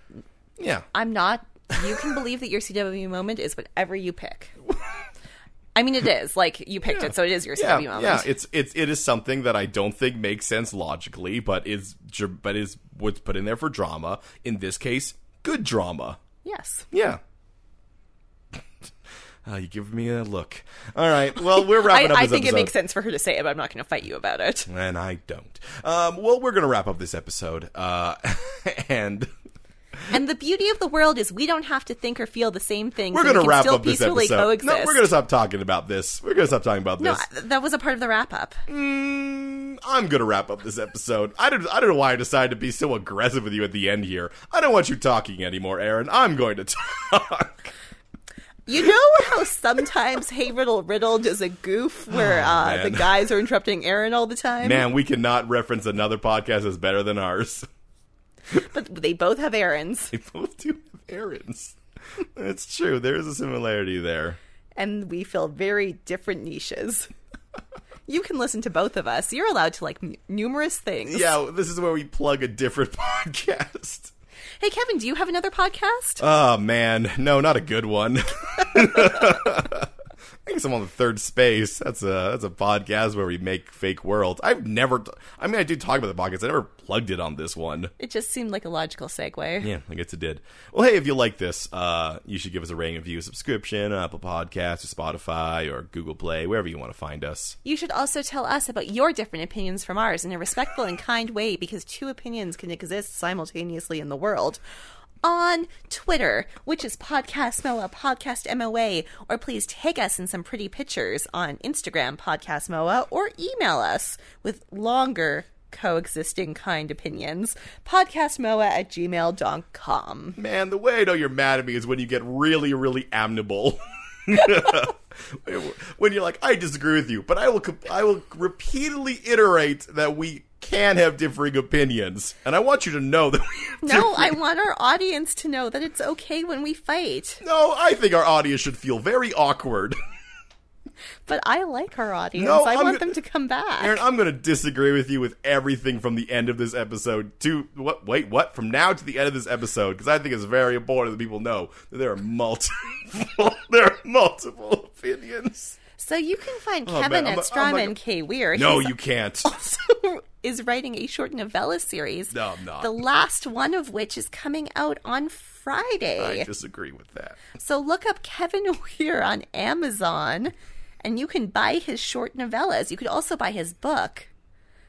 S1: yeah.
S2: I'm not. You can believe that your CW moment is whatever you pick. I mean, it is. Like, you picked it, so it is your
S1: Yeah,
S2: CW moment.
S1: yeah, it's it's it is something that I don't think makes sense logically, but is dr- but is what's put in there for drama. In this case, good drama.
S2: yes.
S1: Yeah. Oh, you give me a look. All right. Well, we're
S2: I,
S1: wrapping up
S2: I
S1: this
S2: think it
S1: episode.
S2: makes sense for her to say it, but I'm not going to fight you about it.
S1: And I don't. Um, well, we're going to wrap up this episode. Uh, and
S2: And the beauty of the world is we don't have to think or feel the same things.
S1: we're
S2: going to
S1: wrap
S2: still
S1: up this
S2: peacefully
S1: episode.
S2: Coexist.
S1: No, we're going to stop talking about this. We're going to stop talking about
S2: No,
S1: this.
S2: I- that was a part of the wrap up.
S1: Mm, I'm going to wrap up this episode. I don't, I don't know why I decided to be so aggressive with you at the end here. I don't want you talking anymore, Aaron. I'm going to talk.
S2: You know how sometimes Hey Riddle Riddle does a goof where uh, the
S1: Oh, man.
S2: guys are interrupting Aaron all the time?
S1: Man, we cannot reference another podcast that's better than ours.
S2: But they both have errands.
S1: They both do have errands. That's true. There is a similarity there.
S2: And we fill very different niches. You can listen to both of us. You're allowed to like m- numerous things.
S1: Yeah, this is where we plug a different podcast.
S2: Hey, Kevin, do you have another podcast?
S1: Oh man, no, not a good one. I guess I'm on the third space. That's a that's a podcast where we make fake worlds. I've never. T- I mean, I do talk about the podcast. I never plugged it on this one.
S2: it just seemed like a logical segue.
S1: Yeah, I guess it did. Well, hey, if you like this, uh, you should give us a rating and view subscription on Apple Podcasts or Spotify or Google Play, wherever you want to find us.
S2: You should also tell us about your different opinions from ours in a respectful and kind way because two opinions can exist simultaneously in the world. On Twitter, which is Podcast MOA, Podcast MOA, or please take us in some pretty pictures on Instagram, Podcast MOA, or email us with longer coexisting kind opinions, podcastmoa at gmail.com.
S1: Man, the way I know you're mad at me is when you get really, really amenable. when you're like, I disagree with you, but I will, comp- I will repeatedly iterate that we can have differing opinions, and I want you to know that. We have
S2: No, I want our audience to know that it's okay when we fight.
S1: di- no, I think our audience should feel very awkward.
S2: But I like our audience.
S1: No,
S2: I
S1: I'm
S2: want
S1: gonna-
S2: them to come back.
S1: Aaron, I'm going to disagree with you with everything from the end of this episode to what? Wait, what? From now to the end of this episode, because I think it's very important that people know that there are multiple, there are multiple opinions.
S2: so you can find
S1: Oh,
S2: Kevin
S1: man, I'm
S2: at
S1: like-
S2: Strawman
S1: I'm like-
S2: K. Weir.
S1: No,
S2: He's
S1: you can't.
S2: also is writing a short novella series.
S1: No, I'm not.
S2: The last one of which is coming out on Friday.
S1: I disagree with that.
S2: So look up Kevin Weir on Amazon and you can buy his short novellas. You could also buy his book,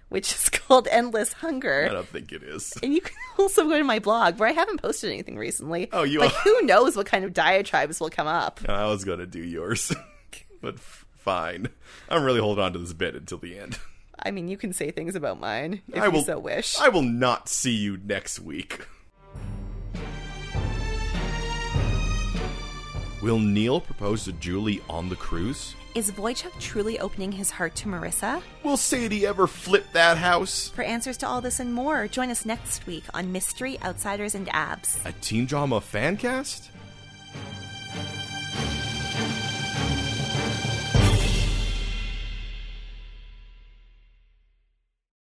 S2: which is called Endless Hunger.
S1: I don't think it is.
S2: And you can also go to my blog where I haven't posted anything recently.
S1: Oh, you
S2: But
S1: are-
S2: who knows what kind of diatribes will come up?
S1: I was going to do yours, but f- fine. I'm really holding on to this bit until the end.
S2: I mean, you can say things about mine if
S1: I will
S2: you so wish.
S1: I will not see you next week. Will Neil propose to Julie on the cruise?
S2: Is Boychuk truly opening his heart to Marissa?
S1: Will Sadie ever flip that house?
S2: For answers to all this and more, join us next week on Mystery, Outsiders, and Abs.
S1: A teen drama fan cast?